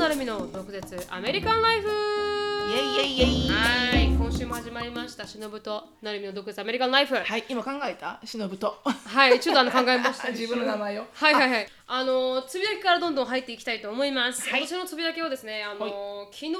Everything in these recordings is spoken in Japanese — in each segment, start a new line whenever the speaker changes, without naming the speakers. なるみの独舌アメリカンライフ
イエイイエイイエイ
はい今週も始まりましたしのぶとなるみの独舌アメリカンライフはい、
はい、今考えた忍 と
ちょっとあの考えました
自分の名前を
はいはいはいあのーつぶやきからどんどん入っていきたいと思います、
はい
私のつぶやきはですねあのー昨日、
ん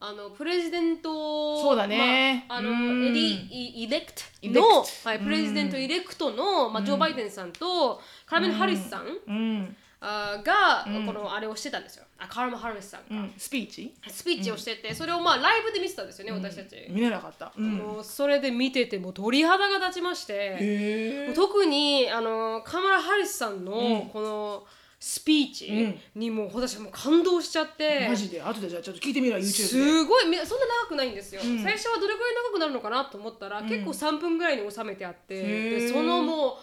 あのプレジデント
そうだね
まあ、あの
うん
エリイイレクト
イレク
の
ト
はい、プレジデントイレクトの、まあ、ジョー・バイデンさんとカラメル・ハリスさん、
うん、
あーが、
うん
このあれをしてたんですよあカラメル・ハリスさんが、
うん、スピーチ
スピーチをしてて、それをまあライブで見てたんですよね、私たち、
見れなかった、うん、
もうそれで見ててもう鳥肌が立ちまして、
へえ
特にあのカマラ・ハリスさんのこのスピーチにもう私はもう感動しちゃって、
マジで後でじゃあちょっと聞いてみろ YouTube です
ごいみそんな長くないんですよ、
うん
最初はどれくらい長くなるのかなと思ったら、
ん
結構3分ぐらいに収めてあって
へー
でそのもう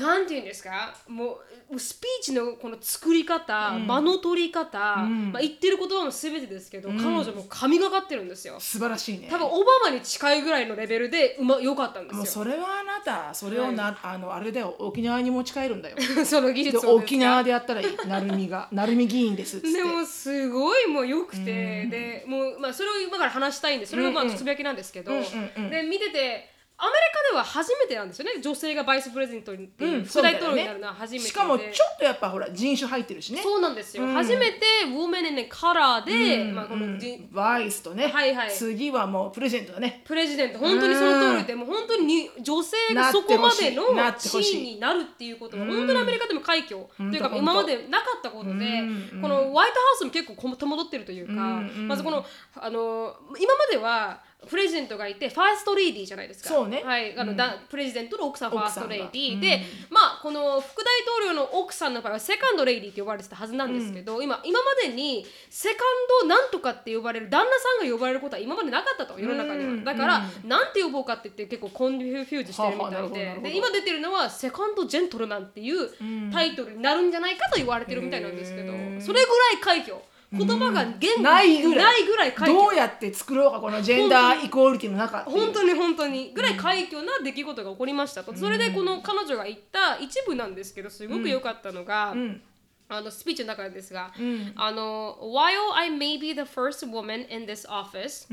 なんて言うんですかもうスピーチのこの作り方、
うん
間の取り方、
うん
まあ、言ってる言葉も全てですけど、
うん
彼女も神がかってるんですよ
素晴らしいね
多分オバマに近いぐらいのレベルでうま良かったんで
もう
すよ
それはあなたそれをな、あのあれだよ沖縄に持ち帰るんだよ
その技
で
術をです
沖
か
縄でやったらいいなる みがなるみ議員ですっつって
でもすごいもう良くて、でもう、まあ、それを今から話したいんでそれがまあ
うんうん
つぶやきなんですけど、
うんうんうん
で見ててアメリカでは初めてなんですよね女性がバイスプレゼントに、
うん
副大統領になるのは初めてで
しかもちょっとやっぱほら人種入ってるしね
そうなんですよ、
うん
初めてウォーメンネカラーで、
うん
まあ、こ
う
の
ん
じ、
バイスとね、
はいはい
次はもうプレゼントだね
プレジデント本当にその通りでもう本当にに女性がそこまでの
なって
地
ほしい
位になるっていうことが
うん
本当にアメリカでも快挙と
うん
いうか
本当
今までなかったことで
うん
このホワイトハウスも結構こも戸惑ってるというか
うん
まずこのあの今まではプレジデントがいてファーストレディーじゃないですか
そうね
はいあのだプレジデントの奥さんファーストレディーで
奥
まあこの副大統領の奥さんの場合はセカンドレディーって呼ばれてたはずなんですけど今今までにセカンドなんとかって呼ばれる旦那さんが呼ばれることは今までなかったと世の中には、
うん
だから、なんて呼ぼうかって言って結構コンフュージュしてるみ
はあはあ
たい
なるほどなる
で
ほど
で今出てるのは「セカンドジェントルマン」っていう
うん
タイトルになるんじゃないかと言われてるみたいなんですけど、
へー
それぐらい快挙言葉が言語に
ないぐらい
ないぐらい快
どう
挙
やって作ろうかこのジェンダーイコーリティの中っていう
本当に本当にぐらい快挙な出来事が起こりましたと、それでこの彼女が言った一部なんですけどすごく良かったのが、
うん
あのスピーチの中ですが、
ん
あの While I may be the first woman in this office、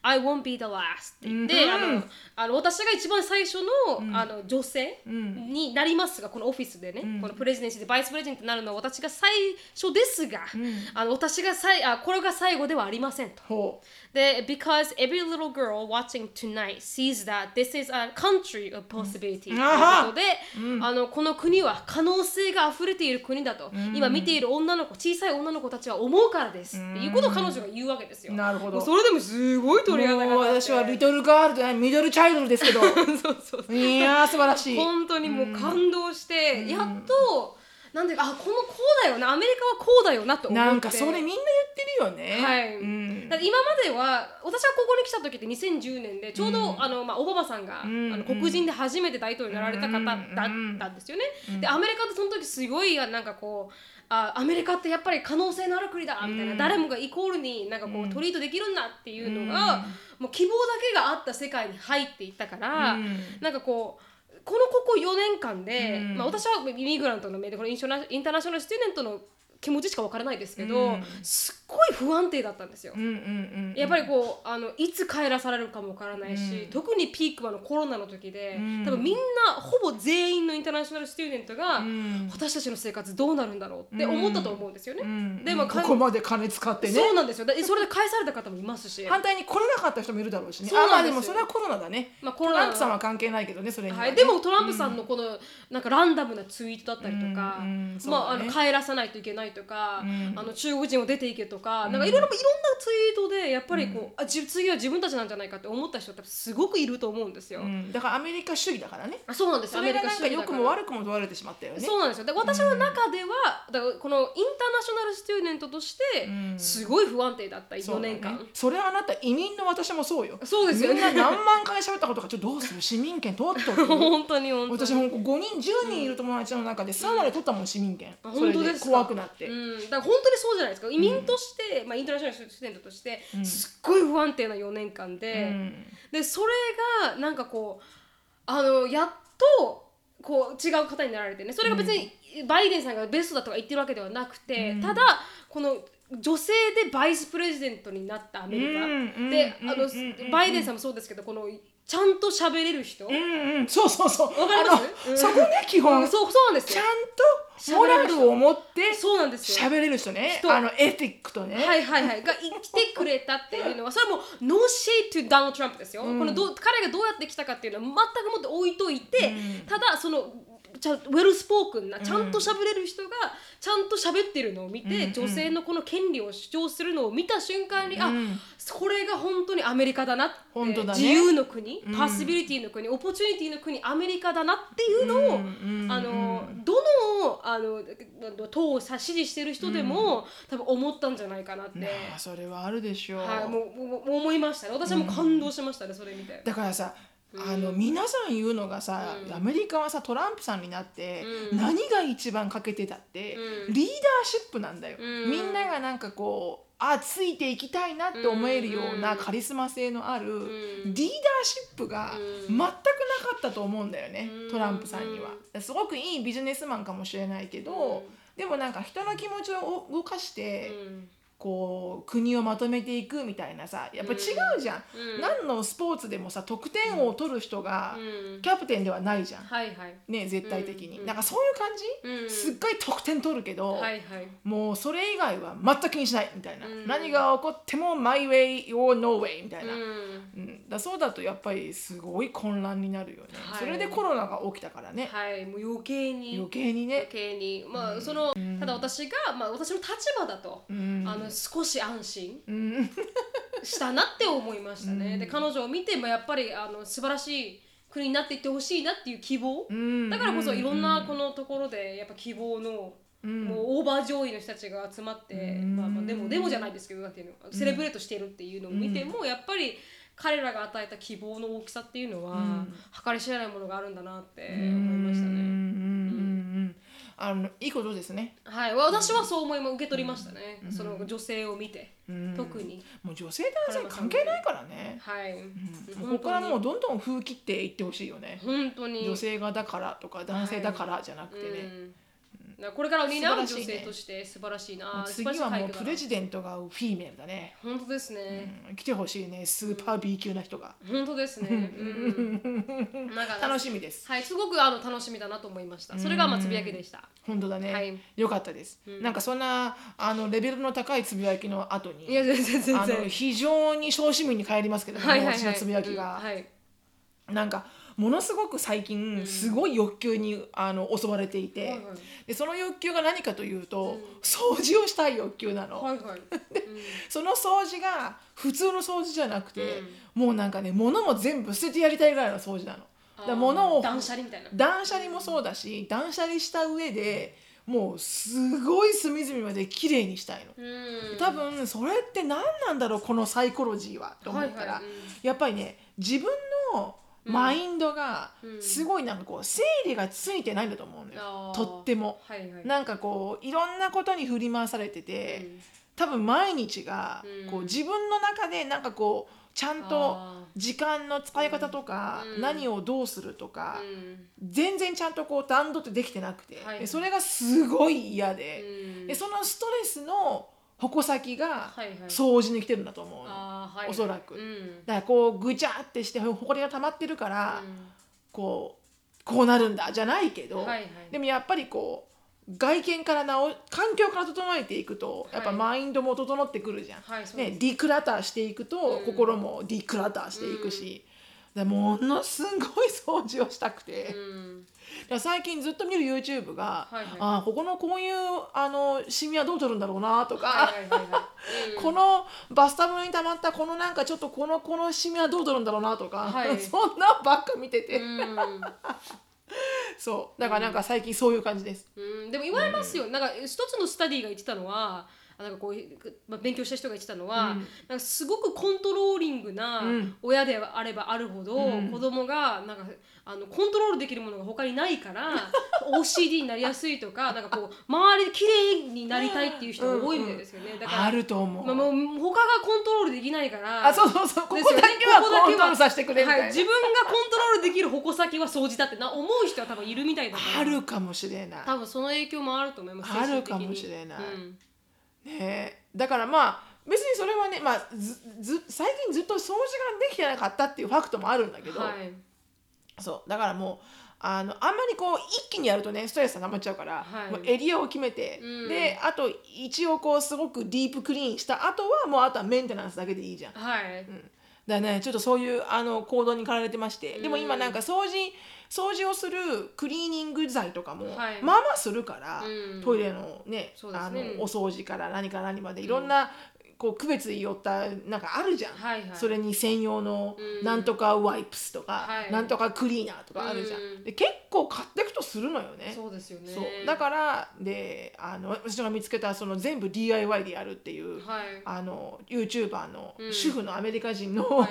I won't be the last って言って、
うん
あのあの私が一番最初の,、あの女性
ん
になりますがこのオフィスでね、このプレジデンシーでバイスプレジデントになるのは私が最初ですが、あの私がさいあこれが最後ではありませんと。
ほ
で、because every little girl watching tonight sees that this is a country of possibility ということで、あのこの国は可能性が溢れている国だと、今見ている女の子、小さい女の子たちは思うからですっていうことを彼女が言うわけですよ。
うんなるほど
もうそれでもすごいう鳥肌が立
もう
って
私はリトルガールじゃないミドルチャイルドですけ ど
そうそうそう
いやー素晴らしい
本当にもう感動して、やっと、なんていうか、あ、このこうだよな、アメリカはこうだよなと思って。
なんかそれみんな言ってるよね
はい
うん
だから今までは私がここに来た時って2010年でちょうど、あのまあ、オバマさんが、
ん
あの黒人で初めて大統領になられた方だっ
うん
たんですよね。でアメリカってその時すごいなんかこうあアメリカってやっぱり可能性のある国だみたいな、誰もがイコールになんかこう、トリートできるんだっていうのが、もう希望だけがあった世界に入っていったから、
うん
なんかこう。このここ4年間で、
うん
まあ、私はイミグラントのメでこのインショナインターナショナルスチューデントの気持ちしか分からないですけど、
うん
すっごい不安定だったんですよ
う。んうんうん
やっぱりこうあのいつ帰らされるかもわからないし、
うん
特にピークはのコロナの時で、
うん
多分みんなほぼ全員のインターナショナルスチューデントが、
うん
私たちの生活どうなるんだろうって思ったと思うんですよね。
うん
でも
ここまで金使ってね
そうなんですよでそれで返された方もいますし、
反対に来れなかった人もいるだろうしね
そう
あま
な
あ
んです
で
よ
もそれはコロナだね
まあ、コ
ト
ロ
ラ
ナ
ンプさんは関係ないけどねそれには
は
ね
い、でもトランプさんのこの、なんかランダムなツイートだったりとか、
うんうんそう
ま
だね
あ、あの帰らさないといけないとか、
うん
あの中国人を出ていけとか、なんかいろいろいろんなツイートでやっぱりこう、あじ次は自分たちなんじゃないかって思った人ってすごくいると思うんですよ。
うんだからアメリカ主義だからね
あそうなんです
それが
アメリカ
なん
主
か
義だ
良
ら
くも悪くも問われてしまったよね
そうなんですよで私の中では、だからこのインターナショナルスチューデントとして
うん
すごい不安定だった
そ
4
うだね
年間、
それはあなた移民の私もそうよ
そうですよね
みんな何万回喋ったことかちょっとどうする市民権取っと く
本当に本当に
私ほんと5人10人いる友達の中で3割取ったもん市民権
あ
それ
本当ですか
怖くなって、
うん、だから本当にそうじゃないですか移民として、まあ、インターナショナルスチューデントとして、すっごい不安定な4年間で、
うん
でそれがなんかこうあのやっとこう違う方になられてねそれが別にバイデンさんがベストだとか言ってるわけではなくて、ただこの女性でバイスプレジデントになったアメリカ、
うんうん
で
うん
あの、
うん
バイデンさんもそうですけどこのちゃんと喋れる人、
うんうんそうそうそう
わかります
あの
うん
そこね基
う
本
んそうそうなんです
ち
よ
ゃんとモラルを持って
そうなんですよ
喋れる人ね
人
あのエティックとね、
はいはいはいが生きてくれたっていうのはそれはもうノーシェイト・ダウン・トランプですよ、このどう彼がどうやって来たかっていうのは全くもって置いといて、ただそのちゃんウェルスポークンなちゃんと喋れる人がちゃんと喋ってるのを見て、女性のこの権利を主張するのを見た瞬間に、あこれが本当にアメリカだなって
本当だね
自由の国、パッシビリティの国オポチュニティの国アメリカだなっていうのを、あのどのあの党を支持してる人でも、多分思ったんじゃないかなって、
まあそれはあるでしょう、
はい、もうもうもう思いましたね私はもう感動しましたね、それ見て。
だからさあの皆さん言うのがさ、アメリカはさトランプさんになって、何が一番欠けてたって、
うん
リーダーシップなんだよ、
うん
みんながなんかこうあついていきたいなって思えるよう
う
なんカリスマ性のあるリ
ん
ーダーシップが
うん
全くなかったと思うんだよね、
うん
トランプさんには。すごくいいビジネスマンかもしれないけど、でもなんか人の気持ちを動かして、
うん
こう国をまとめていくみたいなさやっぱ違うじゃん、
うん
何のスポーツでもさ得点王を取る人が
うん
キャプテンではないじゃん、
はいはい。
ね絶対的に、
うん
なんかそういう感じ、
うん
すっごい得点取るけど、
はいはい。
もうそれ以外は全く気にしないみたいな、
うん
何が起こっても「my way or no way」みたいな、
う
うん
ん
だそうだとやっぱりすごい混乱になるよね、
はい
それでコロナが起きたからね、
はい、もう余計に。
余計にね
余、計にまあその、ただ私が、まあ、私の立場だと、
うん
あの少し安心
うん、
したなって思いましたね、で彼女を見て、まあ、やっぱりあの素晴らしい国になっていってほしいなっていう希望、
うん
だからこそいろんなこのところでやっぱ希望の、もうオーバー上位の人たちが集まって、まあ、まあでもでもじゃないですけどなんていうのセレブレートしているっていうのを見ても、やっぱり彼らが与えた希望の大きさっていうのは、計り知れないものがあるんだなって思いました
うんうん
ね。
うんうんあのいいことですね、
はい、私はそう思いも受け取りましたね、その女性を見て、
うん
特に。
もう女性男性関係ないからね、
はい、
もうここからもうどんどん風切っていってほしいよね、
本当に
女性がだからとか男性だからじゃなくてね、
うんだからこれからを担う女
素晴らしい
性
ね
として素晴らしいな、素晴
次
らしい
はもう
快挙だ
プ
な
レジデントがフィメールだね、
本当ですね、
うん来てほしいねスーパー B 級な人が、
本当ですね、うん、なんか
楽しみです
はいすごくあの楽しみだなと思いましたそれがまあつぶやきでした、
本当だね、
はい
よかったです、なんかそんなあのレベルの高いつぶやきの後
い
に
や全然全
あの
然
非常に小市民に帰りますけども、
はいはい
私
は
の
い
つぶやきが、
うんはい
なんかものすごく最近すごい欲求に、あの襲われていて、
はいはい
でその欲求が何かというと、掃除をしたい欲求なの、
はいはい、
その掃除が普通の掃除じゃなくて、もうなんかね物も全部捨ててやりたいぐらいの掃除なの。だから物
あー
を
断捨離みたいな
断捨離もそうだし断捨離した上でもうすごい隅々まで綺麗にしたいの。
うん
多分それって何なんだろうこのサイコロジーはと思ったら、
はいはいうん
やっぱりね自分のマインドがすごいなんかこう整理がついてないんだと思うのよ、
あー
とっても。
はいはい
なんかこういろんなことに振り回されてて、
うん
多分毎日が
うん
こう自分の中でなんかこうちゃんと
あ
時間の使い方とか、
うん
何をどうするとか
ー、うん
全然ちゃんとこう段取ってできてなくて、
はい
でそれがすごい嫌で,、
うん
でそのストレスの矛先が
はいはい
掃除に来てるんだと思うの、
あーはいはい
おそらく
うん
だからこうぐちゃってしてほこりが溜まってるから、
うん
こうこうなるんだじゃないけど、
はいはい
でもやっぱりこう外見から直環境から整えていくとやっぱ
はい
マインドも整ってくるじゃん、
はいそうです
ね、ディクラターしていくと、
うん
心もディクラターしていくし、だからものすごい掃除をしたくて。
うん
だから最近ずっと見る YouTube
は
が、
いはい
ああここのこういうあのシミはどう取るんだろうなとか、
はいはいはいはい
このバスタブに溜まったこのなんかちょっとこのこのシミはどう取るんだろうなとか、
はい
そんなんばっか見てて、
うんうん
そうだからなんか最近そういう感じです。
うん、でも言われますよ、なんか一つのスタディが言ってたのはあなんかこう、まあ、勉強した人が言ってたのは、なんかすごくコントローリングな
うん
親であればあるほど、
うん
子供がなんかあのコントロールできるものが他にないから OCD になりやすいとかなんかこう周りで綺麗になりたいっていう人が多いみたいですよね、だから
あると思う。
まあ、もう他がコントロールできないから
あそうそうそうこ
で
こ
すよね
だけは
ここだ
コ
け
ントロールさせてくれみたいな、
はい、自分がコントロールできる矛先は掃除だってな思う人は多分いるみたいだから
あるかもしれない。
多分その影響もあると思います
あるかもしれない
精神的に
ねえだからまあ別にそれはね、まあ、ずず最近ずっと掃除ができてなかったっていうファクトもあるんだけど、
はい
そうだからもうあのあんまりこう一気にやるとねストレスが溜まっちゃうから、
はい
もうエリアを決めて、
うん
であと一応こうすごくディープクリーンしたあとはもうあとはメンテナンスだけでいいじゃん。
はい、
だね、ちょっとそういうあの行動に駆られてまして、でも
う
今
ん
なんか掃除掃除をするクリーニング剤とかも、
はい
まあまあするから、
うん
トイレのね
そうです
あ
ね
のお掃除から何から何までいろんな、こう区別によったなんかあるじゃん、
はいはい
それに専用の
うん
なんとかワイプスとか、
はい
なんとかクリーナーとかあるじゃん、
うん
で結構買っていくとするのよね。
そうですよね
そうだからであの私が見つけたその全部 DIY でやるっていう、
はい
あの YouTuber の
うん
主婦のアメリカ人の、
は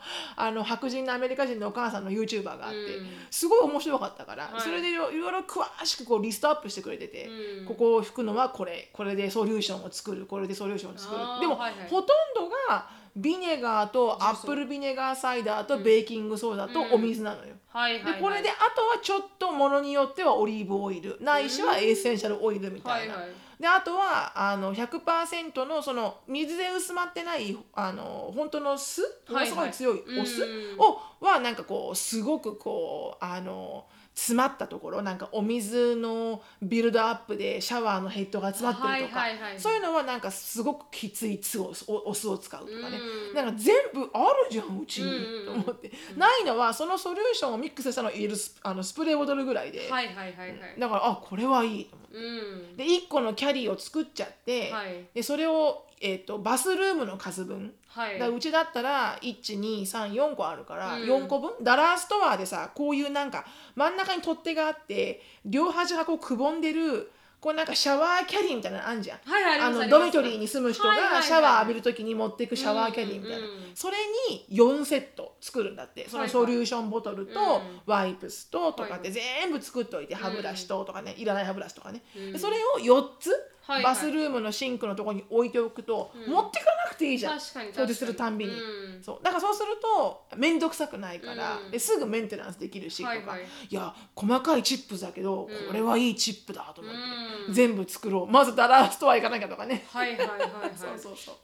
い
あの白人のアメリカ人のお母さんの YouTuber があって、
うん
すごい面白かったから、
はい
それでいろいろいろ詳しくこうリストアップしてくれてて、
うん
ここを吹くのはこれこれでソリューションを作るこれでソリューションを作る
あー
でも、
はいはい
ほとんどがビネガーとアップルビネガーサイダーとベーキングソーダとお水なのよ。
はいはい
で
はい
これであとはちょっとものによってはオリーブオイルないしはエッセンシャルオイルみたいな、
はいはい
であとはあの100%のその水で薄まってないあの本当の酢ものすごい強い
はいはい
お酢
うん
をはなんかこうすごくこうあの詰まったところなんかお水のビルドアップでシャワーのヘッドが詰まってるとか、
はいはいはい
そういうのはなんかすごくきつい酢をおお酢を使うとかね、
うん
なんか全部あるじゃんうちに、
うん
と思って、ないのはそのソリューションをミックスしたのを入れるスあのスプレーボトルぐらいで、
はいはいはいはい
だからあこれはいいと思って。
うん
で1個のキャリーを作っちゃって、
はい
でそれを、えー、とバスルームの数分、
はい
だからうちだったら1234個あるから
うん
4個分、ダラーストアでさこういうなんか真ん中に取っ手があって両端がこうくぼんでるこうなんかシャワーキャリーみたいなのあんじゃん。
はいはいあ
あ
ります
の
あります
ドミトリーに住む人
はいはいは
が
い
シャワー浴びる時に持っていくシャワーキャリーみたいな、
うんうんうん
それに4セット作るんだってそ
は
の
い
ソリューションボトルと
うん
ワイプスととかっ
はいは
て全部作っといて歯ブラシととかねいらない歯ブラシとかね
うん
でそれを4つ
はいはい
バスルームのシンクのところに置いておくと
うん
持ってかなくていいじゃん
確かに確かに
掃除するたんびに
うん
そうだからそうすると面倒くさくないから
うん
ですぐメンテナンスできるしと
はい
か
はい
いや細かいチップだけど
うん
これはいいチップだと思って
うん
全部作ろうまずダラーストア行かなきゃとかね
はいはいはいはい
そうそうそう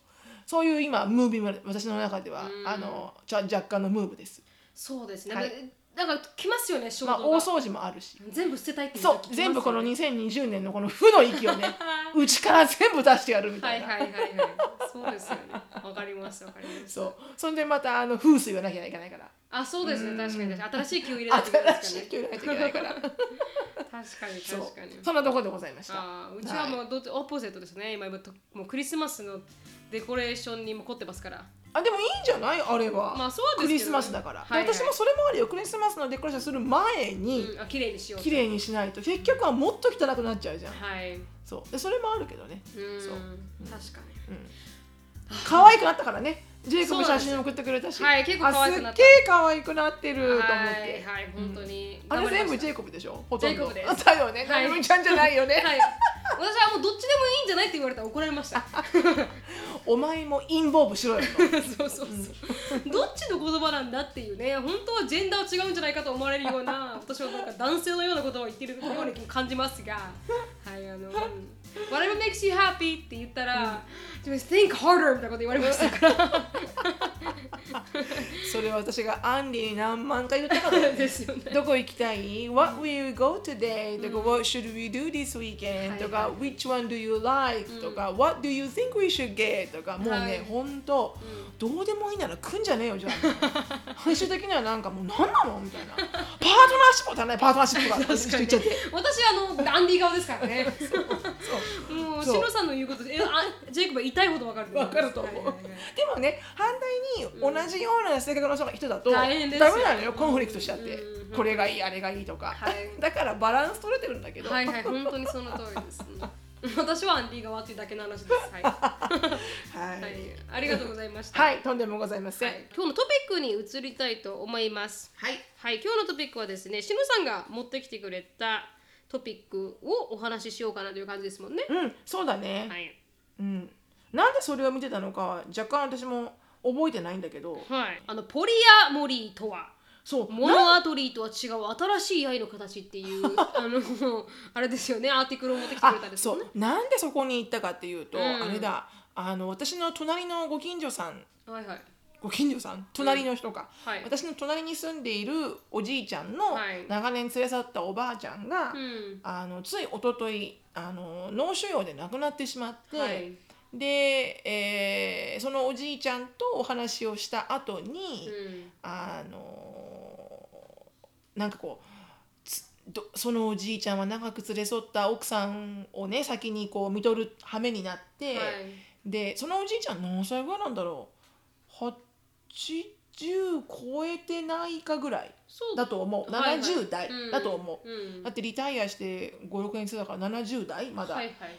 そういう今ムービーも私の中では
うん
あのちょ若干のムーブです
そうですね、
はい
なんかなんか来ますよね衝動
まあ
が、
大掃除もあるし
全部捨てたいってい
そう
時来ますよね
全部この2020年のこの負の域をね うちから全部出してやるみ
は
た
い
いな
はいはいはいそうですよねわかりますわかります
そうそんでまたあの風水がなきゃいけないから
あそうですね確かに確かに新しい気を入れないといけない
新
で
し
す
い給料がなきゃいけないから
からね確かに
そう
確かに
そんなところでございました
あーうちはもうどっちオポゼットですね今今ともうクリスマスのデコレーションにも凝ってますから
あでもいいんじゃないあれは、
まあそうですけどね
クリスマスだから、
はいはい
で私もそれもあるよクリスマスのデコレーションする前に
うんあ綺麗にしよう
綺麗にしないと結局はもっと汚くなっちゃうじゃん
はいうん
そうでそれもあるけどねそう
確かに
可愛くなったからねジェイコブ
そうなん
写
ですよ
真送ってくれたし、
はい結構可愛くな
あ
っ
すったげえ可愛くなってると思って、
はいはい本当に
あれ全部
ジ
ジ
ェ
ェイコブでしょほと
ジェ
んど
イコブです
だよね
はい
成美ちゃんじゃない よね、
はい私はもうどっちでもいいんじゃないって言われたら怒られました
お前もインボーブしろよと
そうそうそうどっちの言葉なんだっていうね本当はジェンダー違うんじゃないかと思われるような私はなんか男性のようなことを言ってるように感じますがはいあの「うん Whatever makes you happy」って言ったら「自分 think harder」みたいなこと言われましたから
それは私がアンディに何万回言っ たから
ですよね
どこ行きたい ?What will you go today? とか、What should we do this weekend? と
はい
か、Which one do you like? とか、What do you think we should get? とか、もう
は
ね
い、
ほんと、どうでもいいなら来んじゃねえよ、じゃ あ。最終的にはなんかもう何なのみたいな。パートナーシップだね、パートナーシップが。
確かに
言っちゃって。
私あのダンディー顔ですからね もう
そう
シロさんの言うことえあジェイコブは痛いほどわかる
わかると思う。
はいはいはい
でもね、反対に同じような性格の人が人だと、ダ
大
メ
変ですよ
なのよ、コンフリクトしちゃって
う。ん
これがいい、あれがいいとか
はい。
だからバランス取れてるんだけど。
はい はい、本当にその通りです。私はアンディが悪いだけの話です。 はい。は
はい
い、ありがとうございました。
はい、とんでもございません。
はい今日のトピックに移りたいと思います。
はい。
はい、今日のトピックはですね、しのさんが持ってきてくれたトピックをお話ししようかなという感じですもんね。
うん、そうだね。
はい。
うん。なんでそれを見てたのかは若干私も覚えてないんだけど、
はい。あの、ポリアモリーとは。
そう
モノアートリーとは違う新しい愛の形って いうあのあれですよねアーティクルを持ってきてくれたん
あ
です
そ
よね
うなんでそこに行ったかっていうと、
うん
あれだあの私の隣のご近所さん
はいはい
ご近所さん隣の人か、
はい
私の隣に住んでいるおじいちゃんの
はい
長年連れ去ったおばあちゃんが、
うん
あのつい一昨日あの脳腫瘍で亡くなってしまって、
はい
で、えーそのおじいちゃんとお話をした後に、
うん
あのなんかこうつどそのおじいちゃんは長く連れ添った奥さんをね先にこう見とる羽目になって、
はい
でそのおじいちゃん何歳ぐらいなんだろう80超えてないかぐらい
そう
だと思う
はいはい
70代
ん
だと思う、
うん
だってリタイアして56年生だから70代まだ、
はいはい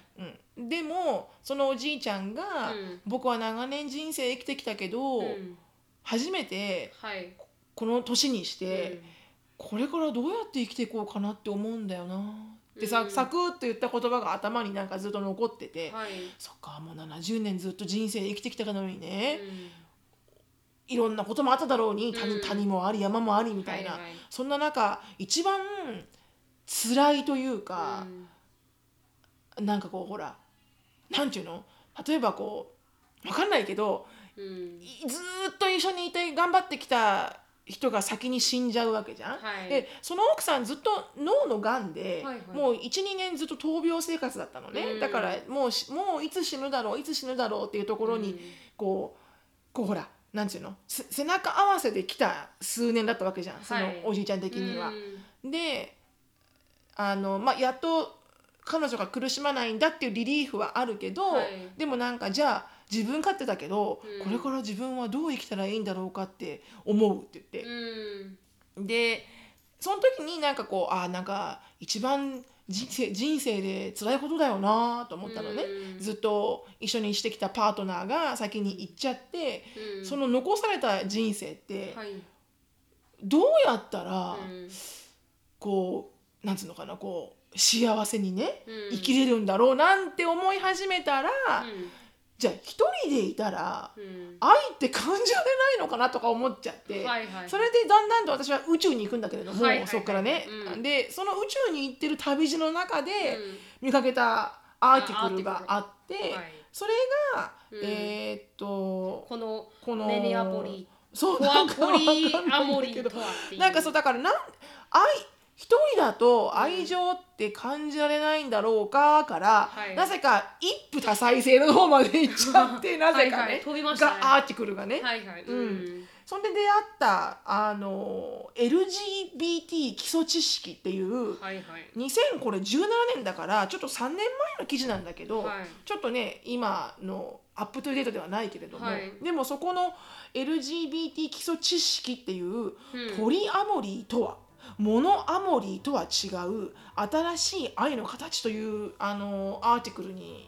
うん、でもそのおじいちゃんが、
うん
僕は長年人生生きてきたけど、
うん
初めて
はい
この年にして、これからどうやって生きていこうかなって思うんだよなってさ、
うん
サクッと言った言葉が頭になんかずっと残って
う
て、
んはい
そっかもう70年ずっと人生生きてきたのにね、
うん
いろんなこともあっただろうに谷,、
うん
谷もあり山もありみたいな、
はいはい
そんな中一番辛いというか、
うん
なんかこうほらなんていうの例えばこうわかんないけど
うん
いずーっと一緒にいて頑張ってきた人が先に死んじゃうわけじゃん。
はい
でその奥さんずっと脳のがんで、
はいはい
もう12年ずっと闘病生活だったのね、
うん
だからもうしもういつ死ぬだろういつ死ぬだろうっていうところ
うん
にこう,、こうほらなんていうのせ背中合わせで来た数年だったわけじゃんその
はい
おじいちゃん的には。
うん
であの、まあ、やっと彼女が苦しまないんだっていうリリーフはあるけど、
はい
でもなんかじゃあ自分勝手だけど、
うん
これから自分はどう生きたらいいんだろうかって思うって言って、
うん
でその時になんかこうあーなんか一番人生人生で辛いことだよなと思ったのね、
うん
ずっと一緒にしてきたパートナーが先に行っちゃって、
うん
その残された人生って
はい
どうやったら、
うん
こうなんつうのかなこう幸せにね、
うん
生きれるんだろうなんて思い始めたら、じゃあ一人でいたら
うんうん
愛って感じられないのかなとか思っちゃって、
はいはい
それでだんだんと私は宇宙に行くんだけれども、
はいはいはい
そこからね、
うん
でその宇宙に行ってる旅路の中で
うん
見かけたアーティクルが
あ
あって
はい
それが、
うん
えーっと
この
この
メネアポリ
そう
ポア
なんか
ポリ
わかん
ア
ないん
モ
だ
リ
けど
とはっていう
なんかそうだからなん愛一人だと愛情って感じられないんだろうかから、
はい
なぜか一夫多妻制の方まで行っちゃってなぜかね
はいはい飛びましたね
がアーティクルがね、
はいはい
うんそんで出会ったあの LGBT 基礎知識っていう
はいはい
2000これ17年だからちょっと3年前の記事なんだけど、
はい
ちょっとね今のアップトゥデートではないけれども、
はい
でもそこの LGBT 基礎知識っていう
うん
ポリアモリーとは、モノアモリーとは違う新しい愛の形というあのアーティクルに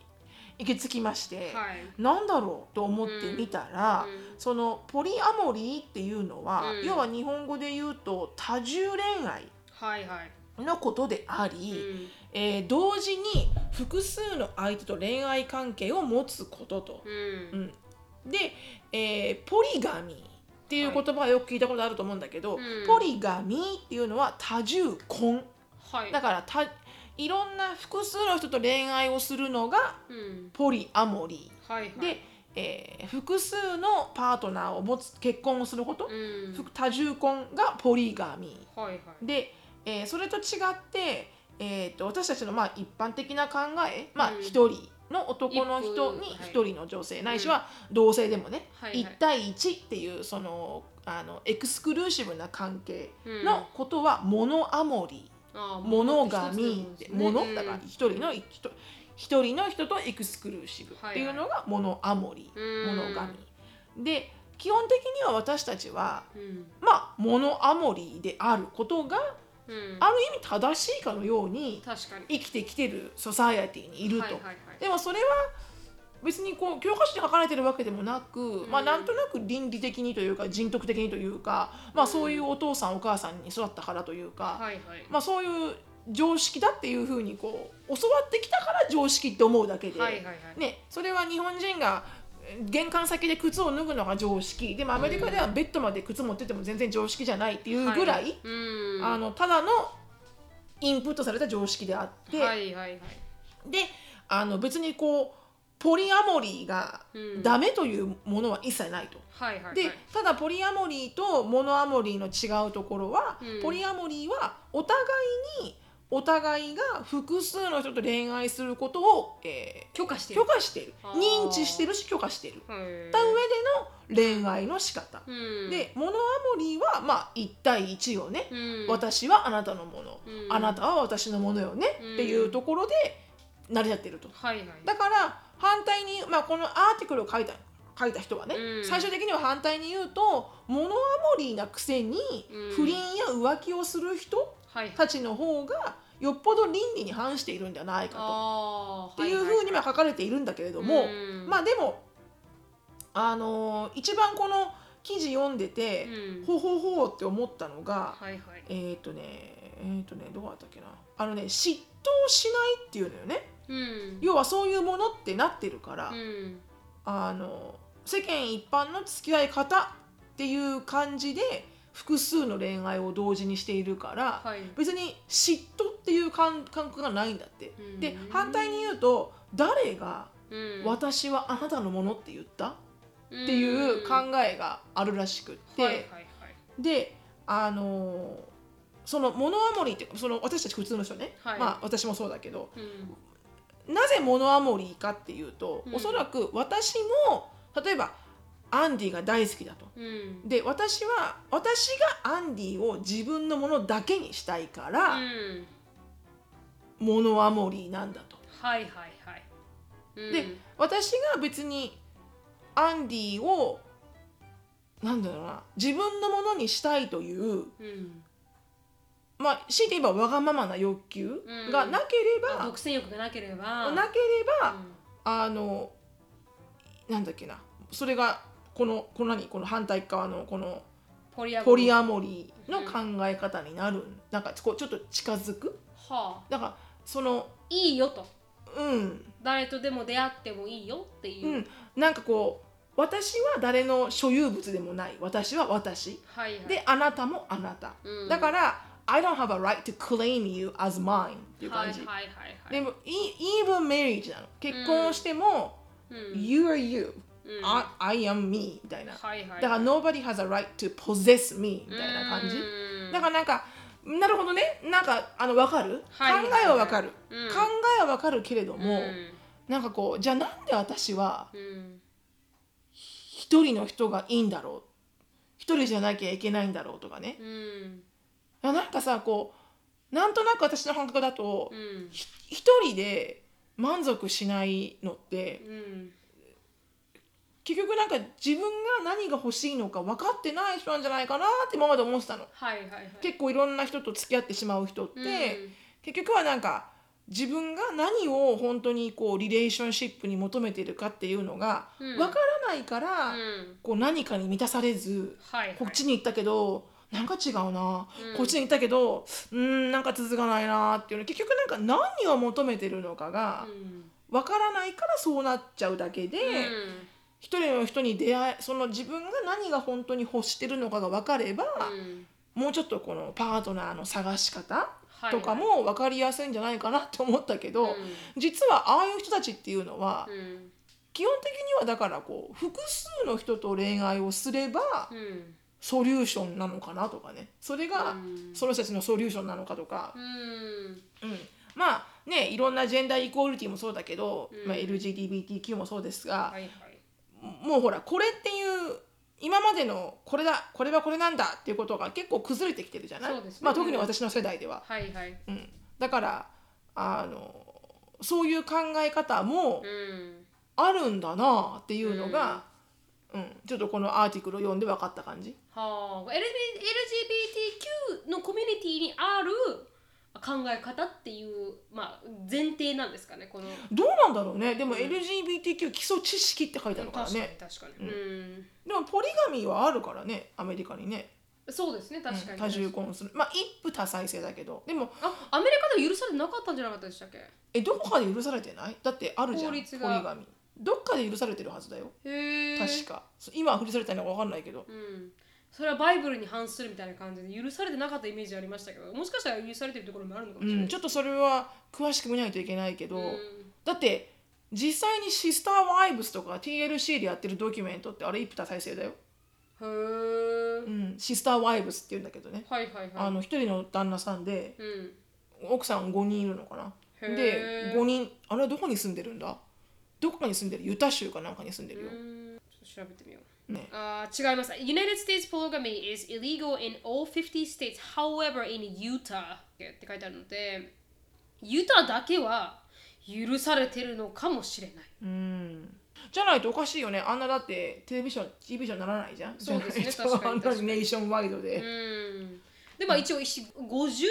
行き着きまして、
はい
なんだろうと思ってみたら、
うん
そのポリアモリーっていうのは、
うん
要は日本語で言うと多重恋愛
はいはい
のことであり、
うん
えー同時に複数の相手と恋愛関係を持つことと、
うん
うんで、えーポリガミっていう言葉はよく聞いたことあると思うんだけど、
うん
ポリガミっていうのは多重婚
はい
だからたいろんな複数の人と恋愛をするのが
うん
ポリアモリ
はいはい
ーで、えー複数のパートナーを持つ結婚をすること、
うん
ふ多重婚がポリガミー。
はいはい
で、えーそれと違って、えー、と私たちのまあ一般的な考え、まあ
うん、
1人の男の人に
一夫はい
1人の女性、ないしは同性でもね、
はいはい
1対1っていうそのあのエクスクルーシブな関係
うん
のことはモノアモリ
あー
ー、モノガミーって
一つのも
モ
の
ノ
ですね
だから1人の一人一人の人とエクスクルーシブっていうのがモノアモリー、
うん
モノガミー。で基本的には私たちは
うん
まあモノアモリーであることが
うん
ある意味正しいかのように
確かに
生きてきてるソサエティにいると、
はいはいはい
でもそれは別にこう教科書に書かれてるわけでもなく、
ん
まあ、なんとなく倫理的にというか人徳的にというか、まあ、そういうお父さんお母さんに育ったからというか、
はいはい
まあ、そういう常識だっていうふうにこう教わってきたから常識って思うだけで、
はいはいはい
ね、それは日本人がえ玄関先で靴を脱ぐのが常識でもアメリカではベッドまで靴持ってても全然常識じゃないっていうぐらい、
うん
あのただのインプットされた常識であって、
はいはいはい
であの別にこうポリアモリーが
うん
ダメというものは一切ないと。
はいはいはい
でただポリアモリーとモノアモリーの違うところは、
うん
ポリアモリーはお互いにお互いが複数の人と恋愛することを、え
許可し
ー
てる
許可してる
あー
認知してるし許可してる
可し
した上での恋愛の仕方、
うん、
でモノアモリーはまあ1対1よね、
うん、
私はあなたのもの、
うん
あなたは私のものよね、
うん
っていうところで成り立ってると
はいはい
だから反対に、まあ、このアーティクルを書いた書いた人はね、
うん
最終的には反対に言うとモノアモリーなくせに
うん
不倫や浮気をする人
はいはい
たちの方がよっぽど倫理に反しているんじゃないか
あ
と
ー
っていう
はは
ふうにまあ書かれているんだけれども、
うん
まあでもあのー一番この記事読んでて、
うん
ほほほって思ったのが、
はいはい
えっ、とねえっ、とねどうだったっけなあのね嫉妬しないっていうのよね
うん
要はそういうものってなってるから、
うん
あの世間一般の付き合い方っていう感じで複数の恋愛を同時にしているから、
はい
別に嫉妬っていう感感覚がないんだって。
うん
で反対に言うと誰が
うん
私はあなたのものって言ったっ
って
いう考
ん
えがあるらしくって、
はいはいはい
であのーそのモノアモリーってその私たち普通の人ね、
はい
まあ私もそうだけど
うん
なぜモノアモリーかっていうと、
うん
おそらく私も例えばアンディが大好きだと。
うん
で私は私がアンディを自分のものだけにしたいか
う
ら、
ん
モノアモリーなんだと。
はいはいはいうん
で私が別にアンディをなんだろうな自分のものにしたいという
うん
まあ強いて言えばわがままな欲求がなければ、
あ独占欲がなければ
なければ、
うん
あのなんだっけなそれがこのこの何この反対側のこの
ポリア
ポ
モ
リ
リ
アモリーの考え方になる、なんかこうちょっと近づく
はあ
だからその
いいよと
うん
誰とでも出会ってもいいよっていうう、
んなんかこう私は誰の所有物でもない私は私
はいはい
であなたもあなた、
うん
だから「I don't have a right to claim you as mine」っていう感じ、
はいはいはいはい
でも e- even marriage なの結婚しても
う
「
ん
you are you、
うん
I, I am me」みたいな、
はいはい
だから nobody has a right to possess me みたいな感じ、だからなんかなるほどねなんかあの分かる、
はい
考えは分かる、
うん
考えは分かるけれども、
うん
なんかこうじゃあなんで私は
うん
一人の人がいいんだろう一人じゃなきゃいけないんだろうとかね
うん
あなんかさこうなんとなく私の感覚だと
うん
ひ一人で満足しないのって
うん
結局なんか自分が何が欲しいのか分かってない人なんじゃないかなって今まで思ってたの
はいはいはい
結構いろんな人と付き合ってしまう人って、結局はなんか自分が何を本当にこうリレーションシップに求めているかっていうのが
うん
分からないから、
うんうん
こう何かに満たされず
はいはい
こっちに行ったけどなんか違うな、
うん
こっちに行ったけどうーんなんか続かないなっていうの結局なんか何を求めてるのかが
うん
分からないからそうなっちゃうだけで、
うん
一人の人に出会えその自分が何が本当に欲してるのかが分かれば、
うん
もうちょっとこのパートナーの探し方
はい
とかも分かりやすいんじゃないかなって思ったけど、
う
実はああいう人たちっていうのは、
うん
基本的にはだからこう複数の人と恋愛をすれば、
うん
ソリューションなのかなとかねそれが
うん
その人たちのソリューションなのかとか
う、ん
うんまあねいろんなジェンダーイコールティもそうだけど、
うん
まあ、LGBTQ もそうです
は
が、
いはい
もうほらこれっていう今までのこれだこれはこれなんだっていうことが結構崩れてきてるじゃない、
そうですね
まあ、特に私の世代では。
はいはい
うん、だからあのそういう考え方も
うん
あるんだなっていうのが、うんちょっとこのアーティクルを読んで分かった感じ。
はあ LB- LGBTQ のコミュニティにある考え方っていう、まあ、前提なんですかねこの
どうなんだろうねでも
うん
LGBTQ 基礎知識って書いてある
確
か
からに
ね
確か
う
に、
ん
うん、
でもポリガミはあるからねアメリカにね
そうですね確かに、
うん多重婚するまあ一夫多妻制だけどでも
あアメリカでは許されなかったんじゃなかったでしたっけ
えどこかで許されてないだってあるじゃん
法
ポリ
律が
ガミどっかで許されてるはずだよ
へえ
確かそう今は許されたのか分かんないけど
うんそれはバイブルに反するみたいな感じで許されてなかったイメージありましたけどもしかしたら許されてるところもあるのかも
う
しれない、
んちょっとそれは詳しく見ないといけないけど、
うん
だって実際にシスター・ワイブスとか TLC でやってるドキュメントってあれ一夫多妻制だよ、
へえ、
うん、シスター・ワイブスって言うんだけどね
はいはいはい
あの一人の旦那さんで
うん
奥さん5人いるのかな
へー
で5人あれはどこに住んでるんだどこかに住んでるユタ州かなんかに住んでるよ
う、んちょっと調べてみよう、
ね
あー違います United States polygamy is illegal in all 50 states however in Utah って書いてあるので Utah だけは許されてるのかもしれない
うんじゃないとおかしいよねあんなだってテレビション TV ションならないじゃん
そうですね
じゃないと
確かに
あんな
確かに
ネーションワイドで、
うんでも一応一50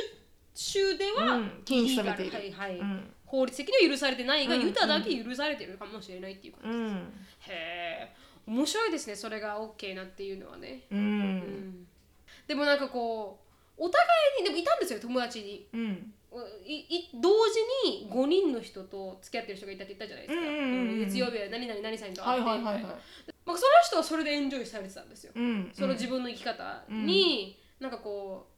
州では、
うん禁止されている
はいはい
うん
法律的には許されてないが、
うん
ユタだけ許されてるかもしれないっていう感じ、
うん
へえ面白いですねそれが OK なっていうのはね、
う
うんん、でもなんかこうお互いにでもいたんですよ友達に
うん
いい同時に5人の人と付き合ってる人がいたって言ったじゃないですか、
うんうんうんうん
月曜日は何々何々さんと
は
会
い
って
はい
み
は
た
い
い
は
ないまあその人はそれでエンジョイされてたんですよ、
うん
その自分の生き方に、なんかこう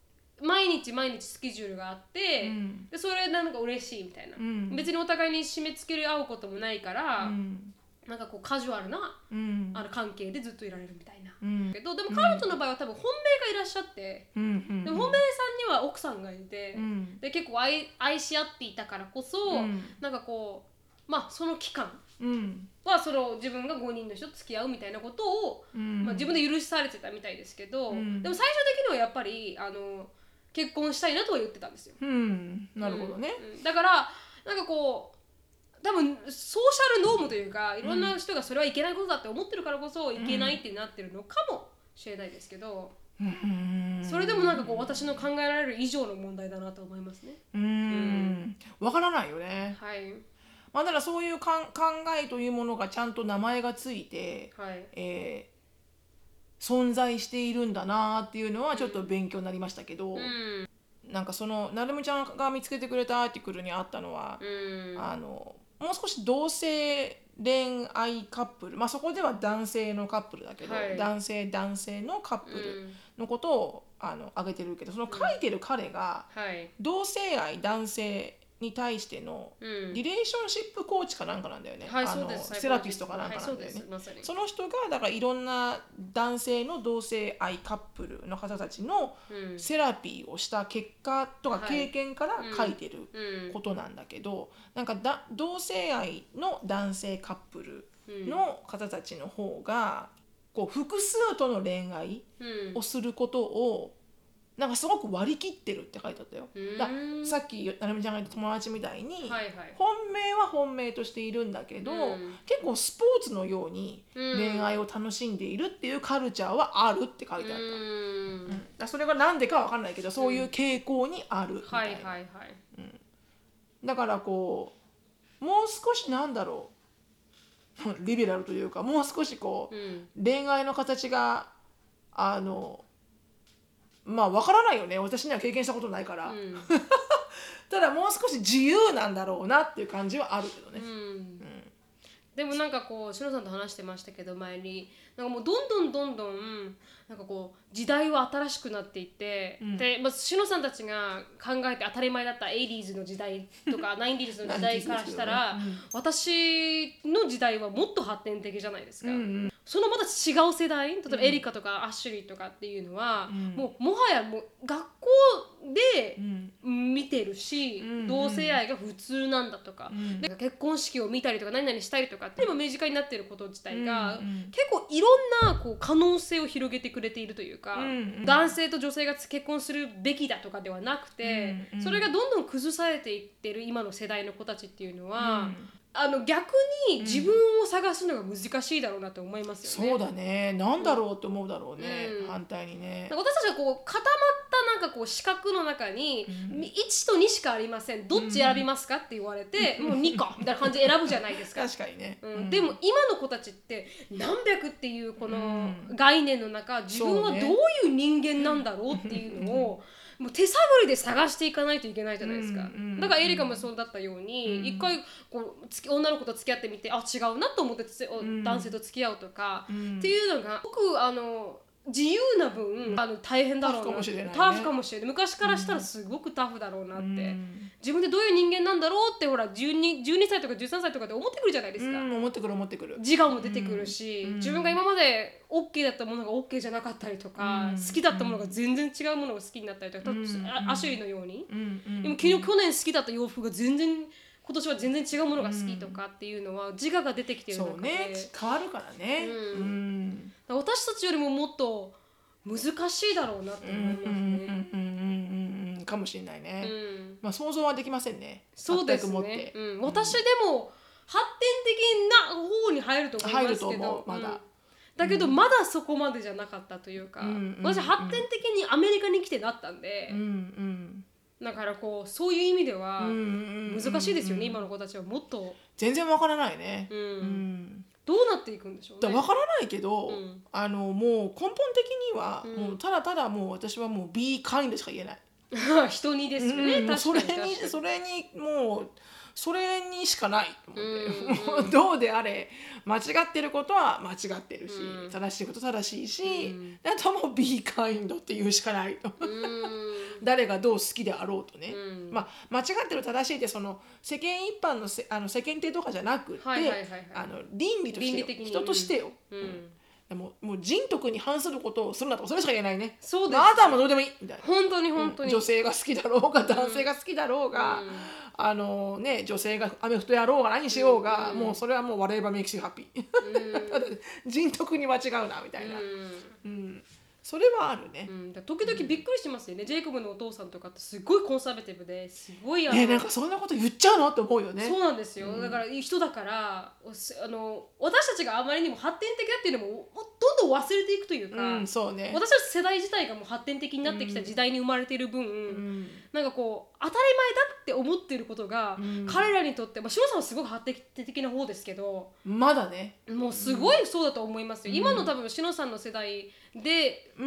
毎日毎日スケジュールがあって、
うん
でそれなんか嬉しいみたいな、
うん
別にお互いに締め付け合うこともないから、
うん
なんかこうカジュアルな
うん
あの関係でずっといられるみたいな。
うん
けどでも彼女の場合は多分本命がいらっしゃって、
うんうん
でも本命さんには奥さんがいて、
うん
で結構愛愛し合っていたからこそ、
うん
なんかこうまあその期間
うん
はその自分が5人の人と付き合うみたいなことを、
うん
まあ、自分で許されてたみたいですけど、
うん
でも最終的にはやっぱりあの結婚したいなとは言ってたんですよ。
うんなるほどね
うんうんだからなんかこう多分ソーシャルノームというかいろんな人がそれはいけないことだって思ってるからこそいけないってなってるのかもしれないですけど、
うん
それでもなんかこう私の考えられる以上の問題だなと思いますね。
うんわからないよね
はい
まあだからそういうかん考えというものがちゃんと名前がついて
はい
えー存在しているんだなっていうのはちょっと勉強になりましたけど、
うん
なんかそのなるみちゃんが見つけてくれたアーティクルにあったのは
う、ん
あのもう少し同性恋愛カップル、まあ、そこでは男性のカップルだけど、
はい
男性男性のカップル
うん
のことを、あの挙げてるけどその書いてる彼が
はい
同性愛男性に対しての
うん
リレーションシップコーチかなんかなんだよね、
はい
あ
そう
の
です
セラピストかなんか
はい
な
そ
ん
う
だ
で
よね
す。まさに
その人がだからいろんな男性の同性愛カップルの方たちの
うん
セラピーをした結果とか
はい
経験から
うん
書いてる
うん
ことなんだけど、なんかだ同性愛の男性カップル
うん
の方たちの方がこう複数との恋愛
うん
をすることをなんかすごく割り切ってるって書いてあったよ。だ
うん
さっきななみちゃんが言った友達みたいに、
はいはい
本命は本命としているんだけど、
うん
結構スポーツのように
うん
恋愛を楽しんでいるっていうカルチャーはあるって書いてあった、だ
うん
からそれが何でかわかんないけどそういう傾向にあるみた
はいい
な、
はいはい
だからこうもう少しなんだろう リベラルというかもう少しこう、
うん
恋愛の形があのまあわからないよね私には経験したことないから、
うん
ただもう少し自由なんだろうなっていう感じはあるけどね。
うんでもなんかこうしのさんと話してましたけど前になんかもうどんどんどんどんなんかこう時代は新しくなっていって、
うん
で、まあ、しのさんたちが考えて当たり前だった 80s の時代と か 90s の時代からしたら、
うん
私の時代はもっと発展的じゃないです
う
か、
んうん
そのまた違う世代例えばエリカとかアッシュリーとかっていうのは、
うん
もうもはやもう学校で
うん
見てるし、
うん
同性愛が普通なんだとか
う、ん
で結婚式を見たりとか何々したりとかって今身近になってること自体が、
うんうん
結構いろんなこう可能性を広げてくれているというか、
うんうん
男性と女性が結婚するべきだとかではなくて、
うんうん
それがどんどん崩されていってる今の世代の子たちっていうのは、
うん
あの逆に自分を探すのが難しいだろうなと思いますよね。
そうだねなんだろうって思うだろうね、
うん
反対にね
なんか私たちがこう固まったなんかこう四角の中に
うん
1と2しかありませんどっち選びますかって言われて、もう2かみたいな感じで選ぶじゃないですか
確かにね、
うん
うん
でも今の子たちって何百っていうこの
うん
概念の中自分は
そう
どう
ね
いう人間なんだろうっていうのをもう手探りで探していかないといけないじゃないですか、
うんうん
だからエリカもそうだったように、一回こうつき女の子と付き合ってみてあ違うなと思ってつ、
ん
男性と付き合うとか、
ん
っていうのが僕あの自由な分、あの大変だろうな
タフかもしれないね
タフかもしれない昔からしたらすごくタフだろうなって、自分でどういう人間なんだろうってほら 12, 12歳とか13歳とかで思ってくるじゃないですか、
うん、思ってくる思ってくる
自我も出てくるし、
うん
自分が今まで OK だったものが OK じゃなかったりとか、
うん
好きだったものが全然違うものが好きになったりとか、
うん
あアシュリーのように、
うんうん
でも昨日去年好きだった洋服が全然今年は全然違うものが好きとかっていうのは自我が出てきてる中で
そう、ね変わるからね
う
うんん
だから私たちよりももっと難しいだろうなと
うん
思いますね。
うんうんうんうんかもしれないうね
ん
まあ想像はできませんね
そうです
全くもって
ね、うん、私でも発展的な方に入ると思います
入
け
ると思
ど
うまだ
うんだけどまだそこまでじゃなかったというか、
うんうんうん
私発展的にアメリカに来てなったんで
う、ん
だからこうそういう意味で
うん
は
うんうんうん
難しいですよね、今の子たちはもっと、
全然わからないね
うん
うん
どうなっていくんでしょう
だ
ね。
からわからないけど
うん
あのもう根本的には
うん
もうただただもう私はもう be kind しか言えない
人にですよね、
うんもう
確
そ
か
れ
に確か
に
に
それにもうそれにしかないと思って、
うん
もうどうであれ間違ってることは間違ってるし、
うん
正しいことは正しいし、
うん
あとはもう be kind って言うしかないと
うん
誰がどう好きであろうとね、
うん
まあ間違ってる正しいってその世間一般のせあの世間体とかじゃなくて、
はいはいはいはい
あの倫理として
倫理
よ
的に
人としてよ、
うん
でももう人徳に反することをするなとかそれしか言えないね
そうです
まああなたはもうどうでもいいみたいな。
本当に本当に、
女性が好きだろうが男性が好きだろうが、
うん
あのね女性がアメフトやろうが何しようが、
うん
もうそれはもう whatever makes you happy
うん
ただ 人徳には違うなみたいな、うん
うん
それはあるね
う、ん、だから時々びっくりしますよね、ジェイコブのお父さんとかってすごいコンサバティブですごいあの
ねなんかそんなこと言っちゃうのって思うよね
そうなんですよ、だからいい人だからおすあの私たちがあまりにも発展的だっていうのもおどんどん忘れていくというか、
うんそうね
私たち世代自体がもう発展的になってきた時代に生まれている分、
うん
なんかこう当たり前だって思ってることが、
うん
彼らにとって、まあ、島さんはすごく発展的な方ですけど、
まだね
もうすごいそうだと思いますよ、今の多分しのさんの世代で,、
う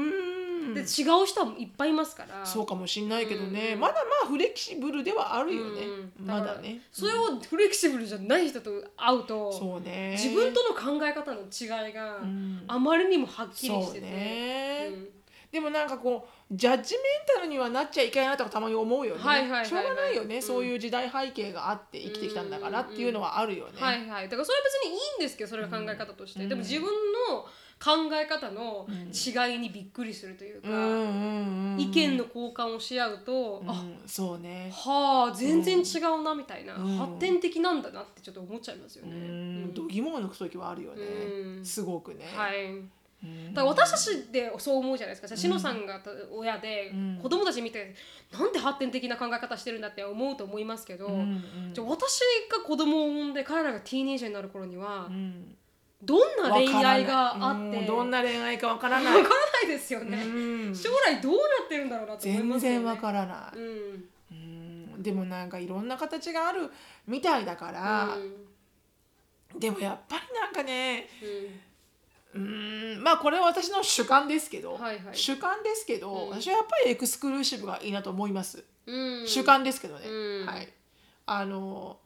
ん
で違う人はいっぱいいますから
そうかもしんないけどね、
うん
まだまあフレキシブルではあるよね、
うん
ま
か
だ
ら
ね
それをフレキシブルじゃない人と会うと、
そうね
自分との考え方の違いが
うん
あまりにもはっきりし
そう
てて、
ね、
うん
でもなんかこうジャッジメンタルにはなっちゃいけないなとかたまに思うよね、
はいはいはいはい
しょうがないよね、
うん
そういう時代背景があって生きてきたんだからっていうのはあるよね、
はいはいだからそれは別にいいんですけどそれは考え方として、
うん
でも自分の考え方の違いにびっくりするというか、
うんうんうん
意見の交換をし合うと、
うん
あ
そうね
はあ全然違うなみたいな、
うん
発展的なんだなってちょっと思っちゃいますよ
う
ね。
ん度肝を抜く時はあるよね、
うん
すごくね、
はい
うん
だから私たちでそう思うじゃないですか志乃さんが親で
うん
子供たち見てなんで発展的な考え方してるんだって思うと思いますけど、
うんうん
じゃあ私が子供を産んで彼らがティーネージャーになる頃には
うん
どんな恋愛があ
わから
っ
ないうん
て
どん
わ
な恋愛かわからな
から
い
ないですよね、
うん
将来どうなってるんだろうなと思い
全
ますよね
然わからな
う
い、
ん
うんでもなんかいろんな形があるみたいだから
うん、
でもやっぱりなんかね
うん
うーんまあこれは私の主観ですけど、
はいはい
主観ですけど、
うん
私はやっぱりエクスクルーシブがいいなと思います、
うん
主観ですけどね、
うん
はいあの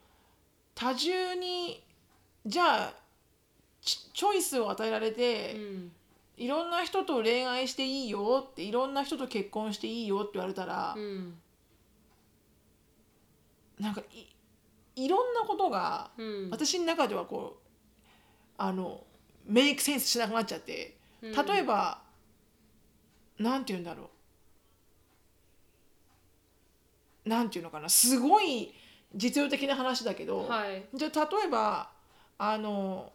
多重にじゃあチチョイスを与えられ
う
て、
ん
いろんな人と恋愛していいよっていろんな人と結婚していいよって言われたら
う、ん
なんかいいろんなことが
うん
私の中ではこうあのメイクセンスしなくなっちゃって
うん
例えば、なんて言うんだろうなんていうのかなすごい実用的な話だけど、
はい
じゃあ例えばあの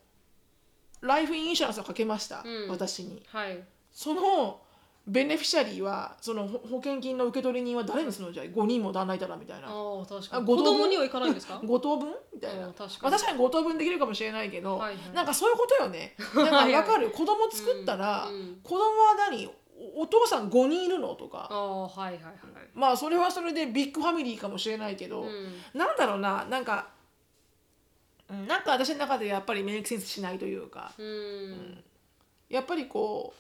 ライフインシュランスをかけました、
うん
私に
はい
そのベネフィシャリーはそのほ保険金の受取人は誰にするのじゃあ5人も旦那いたらみたいな
ああ確か
あ
に
ご
子
とぶ
供にはいかないんですか
5等分み たい
うん
な
確か
まあ、
に
確かに5等分できるかもしれないけど、
はいはい
なんかそういうこと よねなんかわかる子供作ったら、
うんうん
子供は何おお父さん5人いるのとか
ああはいはいはい
まあそれはそれでビッグファミリーかもしれないけど、
うん
なんだろうななんかうんなんか私の中でやっぱりメイクセンスしないというか
うん
やっぱりこ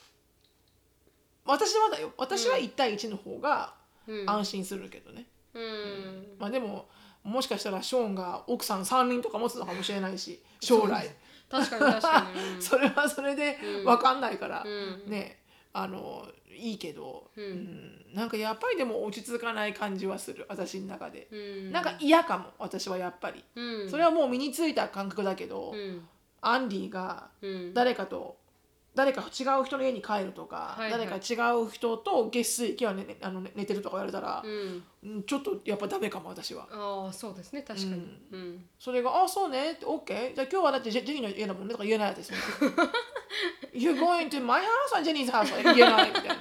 う私はだよ私は1対1の方が
うん
安心するけどね、
うん
まあでももしかしたらショーンが奥さん3人とか持つのかもしれないし将来
確かに確かに、うん
それはそれで分かんないから、
うん
ねあのいいけど、
うん
うんなんかやっぱりでも落ち着かない感じはする私の中で、
うん、
なんか嫌かも私はやっぱり、
うん、
それはもう身についた感覚だけど、
うん
アンディが
うん
誰かと誰か違う人の家に帰ると
は
か、
いはい
誰か違う人と月水今日は、ね、あのね寝てるとか言われたら
う、ん、
うんちょっとやっぱダメかも私は。
ああそうですね確かに、うん
それが「あそうね」って「OK」じゃあ今日はだってジェジェニーの家だもんねとか言えな いです You're going to my house and Jenny's house」言えないみたいな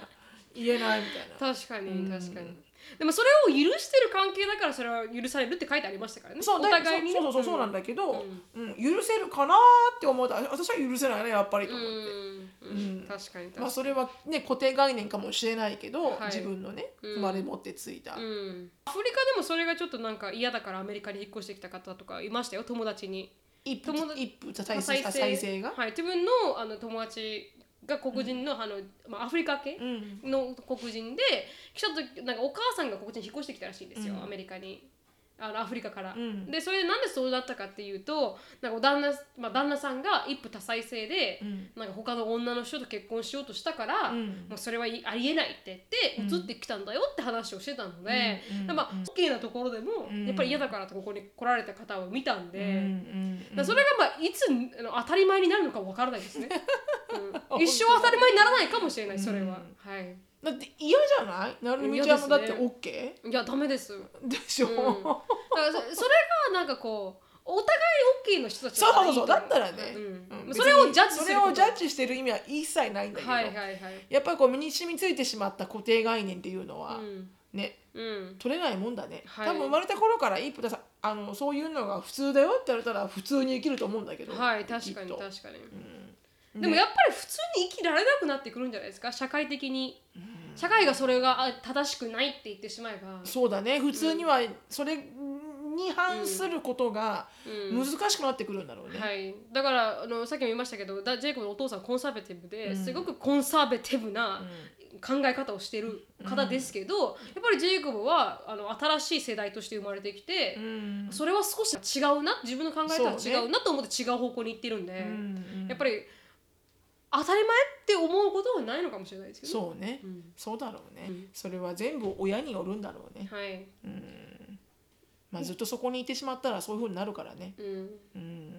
言えないみたいな
確か
う
に
ん
確かに、でもそれを許してる関係だからそれは許されるって書いてありました からね
そ
お
うだ
互いにね
そうそうそうそうなんだけど、うん許せるかなーって思うとあ私は許せないねやっぱりと
う
思って、
ん、う
うん
ん、確かに確かに、
まあ、それはね固定概念かもしれないけど、
はい
自分のね
うん
生まれ持ってついた、
うん、アフリカでもそれがちょっとなんか嫌だからアメリカに引っ越してきた方とかいましたよ友達に
一夫
友達
一夫多妻制多妻制が、
はい、自分のあの友達が黒人の,、あのまあ、アフリカ系
うん
の黒人で来た時なんかお母さんが黒人に引っ越してきたらしいんですよ、
うん
アメリカにあのアフリカから、
うん
でそれでなんでそうだったかっていうとなんかお旦那,、まあ、旦那さんが一夫多妻制で、
うん
なんか他の女の人と結婚しようとしたから、
うん
もうそれはいありえないって言
うん
って移ってきたんだよって話をしてたので、
うんうん
でまあ、オッケーなところでも、
うん
やっぱり嫌だからってここに来られた方を見たんで、
うんうん
だからそれがまあいつあの当たり前になるのかわからないです ね、うん一生当たり前にならないかもしれないそれは、はい
だって嫌じゃないなるみちゃんもだって
嫌
OK
いやダメです
でしょ、
うんだからそそれがなんかこうお互い OK の人たち
そうそうそうそう
か
だ
ら
ったらね
いいと、思ううん
うん
それをジャッジする
それ
こと
をジャッジしてる意味は一切ないんだけど、
はいはいはい
やっぱりこう身に染みついてしまった固定概念っていうのは、
うん
ね
うん
取れないもんだね、
はい
多分生まれた頃から一夫多妻あのそういうのが普通だよって言われたら普通に生きると思うんだけど
はい確か
きっ
に
と
確かに、でもやっぱり普通に生きられなくなってくるんじゃないですか社会的に社会がそれがあ正しくないって言ってしまえば、
そうだね普通にはそれに反することが
うん
難しくなってくるんだろうね、
はい、だからあのさっきも言いましたけどだジェイコブのお父さんコンサーベティブで、すごくコンサーベティブな考え方をしている方ですけど、やっぱりジェイコブはあの新しい世代として生まれてきて、
うん
それは少し違うな自分の考えとは
そうね
違うなと思って違う方向に行ってるんで、
うん
やっぱり当たり前って思うことはないのかもしれないですけどね、
そうね、
うん
そうだろうね、
うん
それは全部親によるんだろうね、
はい、
まあ、ずっとそこにいてしまったらそういうふうになるからね、
うん、
うん、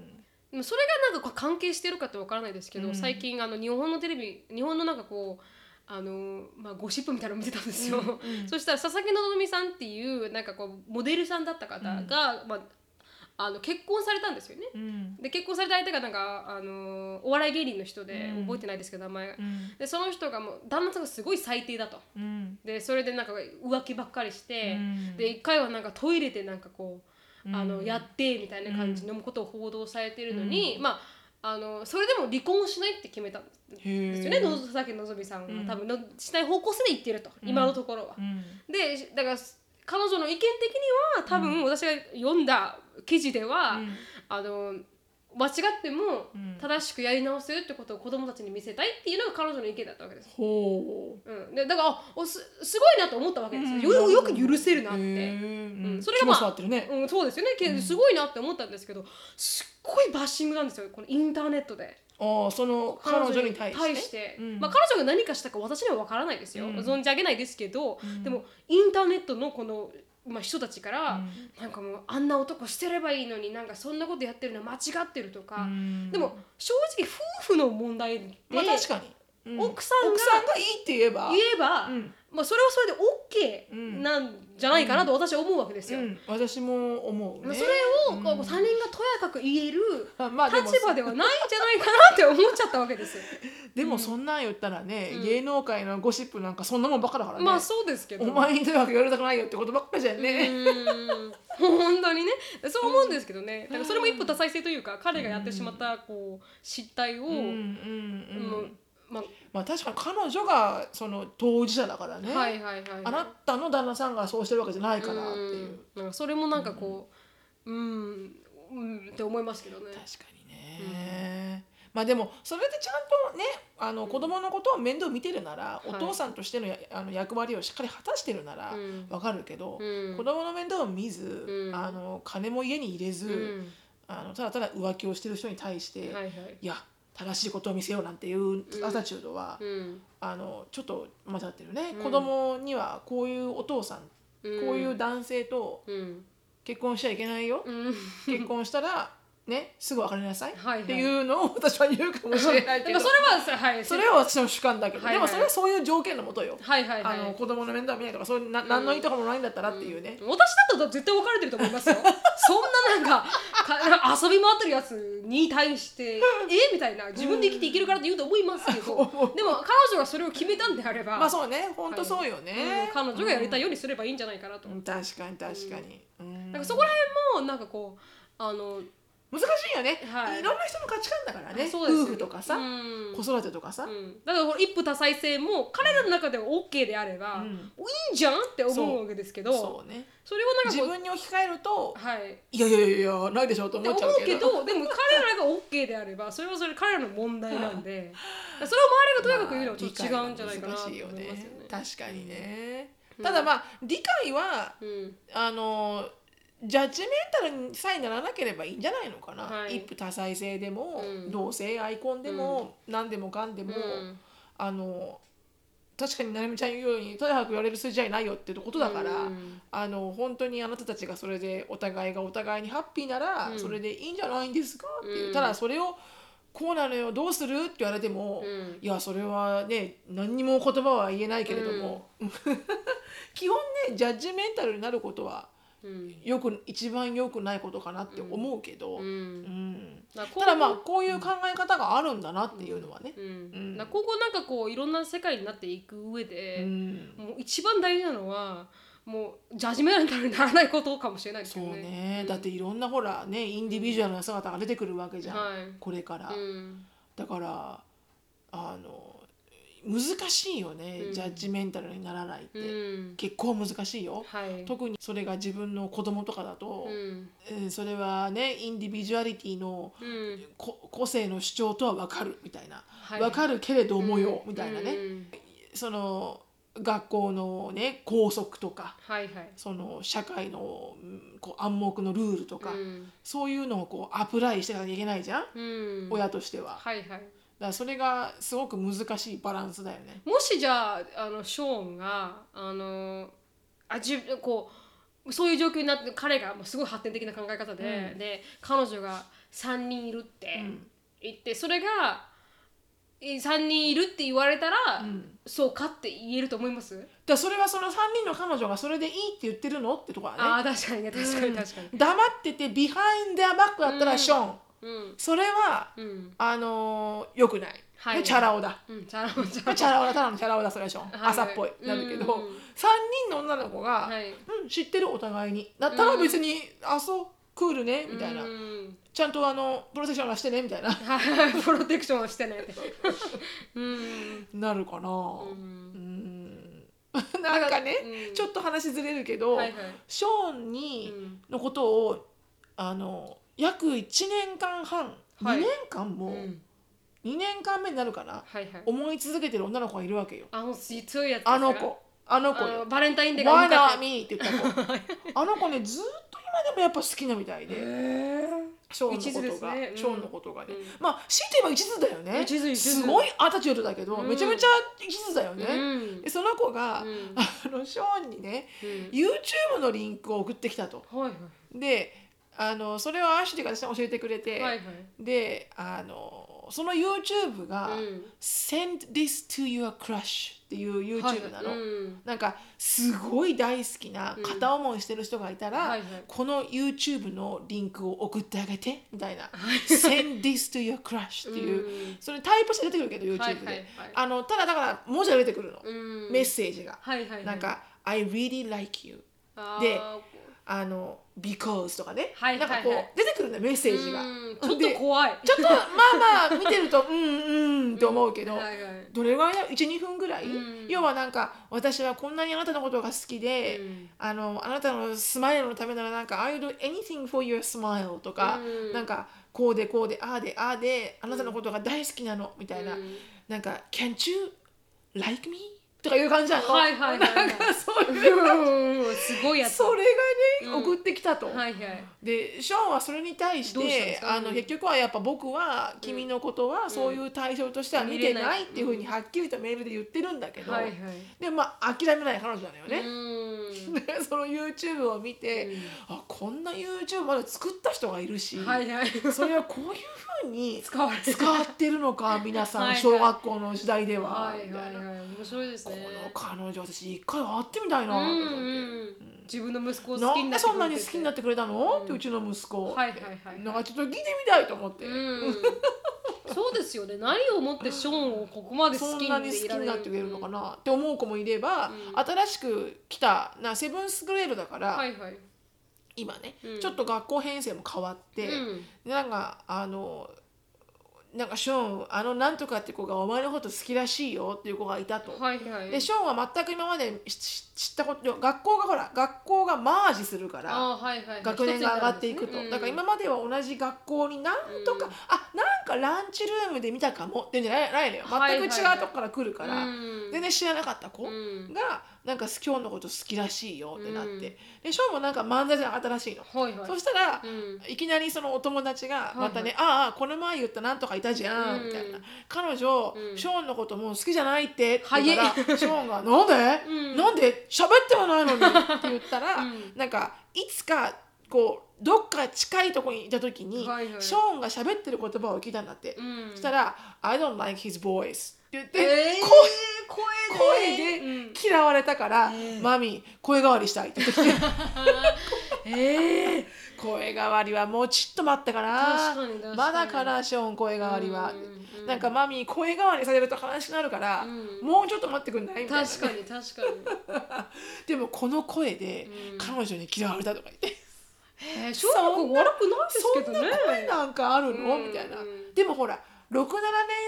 でもそれがなんかこう関係してるかってわからないですけど、
うん
最近あの日本のテレビ日本のなんかこうあの、まあ、ゴシップみたいなの見てたんですよ、 そしたら佐々木希美さんっていうなんかこうモデルさんだった方が、
うん
まあ、あの結婚されたんですよね
うん
で結婚された相手がなんかあのお笑い芸人の人で
うん
覚えてないですけど名前が、
うん
でその人がもう旦那さんがすごい最低だと
うん
でそれでなんか浮気ばっかりして、
うん
で一回はなんかトイレでなんかこう、
うん
あのやってみたいな感じで飲むことを報道されてるのに、まああのそれでも離婚をしないって決めたんで
へ
す
え
よね野崎のぞみさんは、
うん
多分のしない方向性で言ってると、
うん
今のところは
う。ん
でだから彼女の意見的には多分私が読んだ記事では、
うん
あの間違っても
うん
正しくやり直せるってことを子供たちに見せたいっていうのが彼女の意見だったわけです。
ほ
うん、でだからあおすすごいなと思ったわ
う
けですよ。よよく許せるなっ
へ
て。
え
う
うんん、
それがまあ
肝据わってるね、
うん、そうですよねけどすごいなって思ったんですけど、すっごいバッシングなんですよこのインターネットで
ああその彼女に対してうん
まあ、彼女が何かしたか私には分からないですよ、
うん
存じ上げないですけど、
うん
でもインターネットのこの、まあ、人たちから、
うん
なんかもうあんな男してればいいのになんかそんなことやってるのは間違ってるとか、
うん
でも正直夫婦の問題で、
まあ確かに、う
奥さんが
奥さんがいいって言えば
言えば、
うん
まあ、それはそれで OK なんじゃないかなと私は思うわけですよ。
うん、私も思う
まあ
ね
それをこう他人がとやかく言える
あ まあでも
立場ではないんじゃないかなって思っちゃったわけですよ。
でもそんなん言ったらね、
うん
芸能界のゴシップなんかそんなもんばっかだからね、
まあそうですけど。
お前にとやかく言われたくないよってことばっかじゃん
う
ね、
ーん 本当にねそう思うんですけどね、だからそれも一夫多妻制というか彼がやってしまったこう失態を、
うん、うん
う
うん
んま
まあ確かに彼女がその当事者だから
あ、
ね、
はいはいはい
あなたの旦那さんがそうしてるわけじゃないからっていう、
うんなんかそれもなんかこううん、うん、って思いますけどね
確かにね、まあでもそれでちゃんとねあの子供のことを面倒見てるなら、
い
お父さんとしてのやあの役割をしっかり果たしてるなら
うん
わかるけど、
うん
子供の面倒を見ず、
うん
あの金も家に入れず、
うん
あのただただ浮気をしてる人に対して、
はいは
い、
い
や正しいことを見せようなんていうアタチュードは、
うん
あのちょっと混ざってるね、
うん
子供にはこういうお父さん、こういう男性と
うん
結婚しちゃいけないよ、
うん
結婚したらねすぐ別れなさい
はいはい
っていうのを私は言うかもしれないけ
でも
ど
それはさはい
それは私の主観だけど、
はいはい
でもそれはそういう条件のもとよ、
はいはいはい
あの子供の面倒見ないとかそういうな何のいいとこもないんだったらっていうね、
私だと絶対別れてると思い ますよそんななんかか遊び回ってるやつに対してえみたいな自分で生きていけるからって言うと思いますけど でも彼女がそれを決めたんであれば、
まあそうね本当そうよね、
うん彼女がやりたいようにすればいいんじゃないかなと、
うん確かに確かに、うん
なんかそこら辺もなんかこうあの、
難しいよね、
はい
い、ろんな人の価値観だからね
そうです
夫婦とかさ、
うん
子育てとかさ、
うんだからこの一夫多妻制も彼らの中では OK であれば、
うん
いいんじゃんって思うわけですけどそ
そうね
れをなん
自
かこ
分に置き換えると
うはい
いやいやいやいやないでしょと
って
思っ
思
ちゃう
う
け
け
ど
どでも彼らが OK であればそれはそれ彼らの問題なん でだからそれを周りがとやかく言うのはちょっと違うんじゃないかな
まあ
と
理
思い
解が
ますよ
難しい
ね
よね。確かにね、
うん
ただまあ理解は
うん
あのジャッジメンタルにさえならなければいいんじゃないのかな、
はい
一夫多妻制でも、
うん
同性アイコンでも、何でもかんでも、
うん
あの確かにななみちゃん言うようにとにかく言われる筋合いないよってことだから、
うん
あの本当にあなたたちがそれでお互いがお互いにハッピーなら、
うん
それでいいんじゃないんですかっていう、
うん
ただそれをこうなのよどうするって言われても、
うん
いやそれはね何にも言葉は言えないけれども、 基本ねジャッジメンタルになることは
うん
よく一番良くないことかなって思うけど、
う
うんん
だから
ただまあこういう考え方があるんだなっていうのはね。
うんだから今後なんかこういろんな世界になっていく上
う
で、
ん
もう一番大事なのはもうジャッジメンタルにならないことかもしれないです
そ
よ
う
ね。
ね、だっていろんなほらねインディビジュアルな姿が出てくるわけじゃん、
はい
これから、
うん
だからあの難しいよね、
うん
ジャッジメンタルにならないって、
うん
結構難しいよ、
はい
特にそれが自分の子供とかだと
う、ん
うんそれはねインディビジュアリティの
うん
こ個性の主張とは分かるみたいな、
はい
分かるけれどもよ、みたいなね、
うん
その学校のね校則とか
はいはい。
その社会のうんこう暗黙のルールとか、
うん
そういうのをこうアプライしていかなきゃいけないじゃん、
うん
親としては。
はいはい。
だからそれがすごく難しいバランスだよね。
もしじゃああのショーンがあのあじこうそういう状況になって彼がもうすごい発展的な考え方で、
う
で彼女が3人いるって
うん
言って、それが3人いるって言われたら、
うん
そうかって言えると思います、
だからそれはその3人の彼女がそれでいいって言ってるのってとこ
あ
はね
あ確かにね確かに確かに。
黙っててビハインダーバックだった
う
ら
ん
ショーン、
うん
それは
うん
あのー、よくない、
はい
でチャラ男 だ
うんちゃらほちゃ
これチャラ男だただのチャラ男だそれはショーン、
はい
朝っぽいなるけど、
うん
3人の女の子が、
らはい
うん、知ってるお互いにだったら別に、あそうクールねみたいな、
うん
ちゃんとあのプロセッションはしてねみたいな
はいプロテクションはしてないって。うん
なるかな、
う
うんんなんかね、
うん
ちょっと話ずれるけど、
はいはい
ショーンに、のことをあの約1年間半、
はい
2年間
う
も、
んうん
2年間目になるかな
はいはい。
思い続けてる女の子がいるわけよ
あの強いやつですか。
あの子あの子
あ
よ
のバレンタイン
「
デーが向
Why
か
not
って
me?」って言っ た子あの子ねずっと今でもやっぱ好きなみたいでショーン
一途
の
で
こ
す
とが、
ねうん
ショーンのことがね、
うん
まあ強いて言えば一途だよね
一途一途
すごいアタチュードだけど、
うん
めちゃめちゃ一途だよ
う
ね、
ん
でその子が、
うん
あのショーンにね
うん
YouTube のリンクを送ってきたと。
はい
であのそれをアシュリーが私に教えてくれて、
はいはい
であのその YouTube が
はい。うん
「Send this to your crush」っていう YouTube なの、
はいはいうん
なんかすごい大好きな
うん
片思いしてる人がいたら、
はいはい
この YouTube のリンクを送ってあげてみたいな「Send this to your crush」っていう、
うん
それタイプして出てくるけど YouTube で、
はいはいはい
あのただだから文字が出てくるの、
うん
メッセージが、
はいはいはい
なんか「I really like you」
あー
であの「because」とかね、
はい
なんかこう、
はいはい
出てくるんだよメッセージが。
うんちょっ
で
と怖い
ちょっとまあまあ見てると うんうんと思うけど、
はいはい
どれぐらいだ12分ぐらい、
うん
要はなんか私はこんなにあなたのことが好きで、
うん
あのあなたのスマイルのためならなんか「I'll do anything for your smile」とか、
うん
なんかこうでこうでああでああであなたのことが大好きなのみたいな、
うん
なんか「Can't you like me?」とかいう感じなの、
はいはいはいはい
なんかそういう
うんすごいやつ
それがね、
うん
送ってきたと。
はいはい
でショーンはそれに対し
どうしたんで
て
すか
あの
うん
結局はやっぱ僕は君のことはそういう対象としては見てないっていうふうにはっきりとメールで言ってるんだけど、
はいはい
でまあ諦めない彼女なのよ ね。
う
でその YouTube を見て、
うん
あこんな YouTube まで作った人がいるし、
んはいはい
それはこういうふう に
使われてる
使ってるのか皆さん
はいはい
小学校の時代では、
はい
みた
はいい
な、
はい面白いです
こ
ね
の彼女私一回会ってみたいなと
うん
思って。
うんうん自分の息子を好
な
きに
んで
なってくれてて
そんなに好きになってくれたの、ってうちの息子、
はいはいはい
なんかちょっと聞いてみたいと思って、
うんそうですよね何をもってショーンをここまで
そ
好き
ん
に
な
な
に
っ
好き
ていら
に
れ
な
る
ってくれるのかなって思う子もいれば、
うん
新しく来たなセブンスグレードだから、
はいはい
今ね、
うん
ちょっと学校編成も変わって、
うん
なんかあのなんかショーンあのなんとかって子がお前のこと好きらしいよっていう子がいたと。
はいはい
でショーンは全く今までしし知ったこと学校がほら学校がマージするから
あーはいはいはい
学年が上がっていく
一
と、
つにな
だから
るん
今までは同じ学校になんとか、
うん
あなんかランチルームで見たかもっていうんじゃないないのよ
はい
全く違うとこから来るから、
うん
全然知らなかった子が、
うん
なんか今日のこと好きらしいよってなって、
うん
でショーもなんか漫才で上がったらしいの、
はいはい
そしたら、
うん
いきなりそのお友達がまたね「ああこの前言ったなんとかいたじゃん」みたいな
うん
彼女、
うん
ショーンのこともう好きじゃないって」って言った
早
らショーンが「なんで、
うん
なんで喋ってもないのに」って言ったら、
うん
なんかいつかこうどっか近いとこにいた時に、
はいはい
ショーンが喋ってる言葉を聞いたんだって、
うん
そしたら「I don't like his voice」って言って、
えー
こう声
声で
で嫌われたから「マミー声変わりしたい」って言って きて。
ええ
声変わりはもうちっと待ったか
確
な
かに確かに
まだかなショーン声変わりは
うんうん
なんかマミー声変わりされると悲しくなるから、
うん
もうちょっと待ってくんないみたいな、
確かに 確かに
でもこの声で
うん
彼女に嫌われたとか言って
えー、小学校悪くないですけ
そ
ど
ん
ね
な声なんかあるの、
うん
みたいな
うん
でもほら67年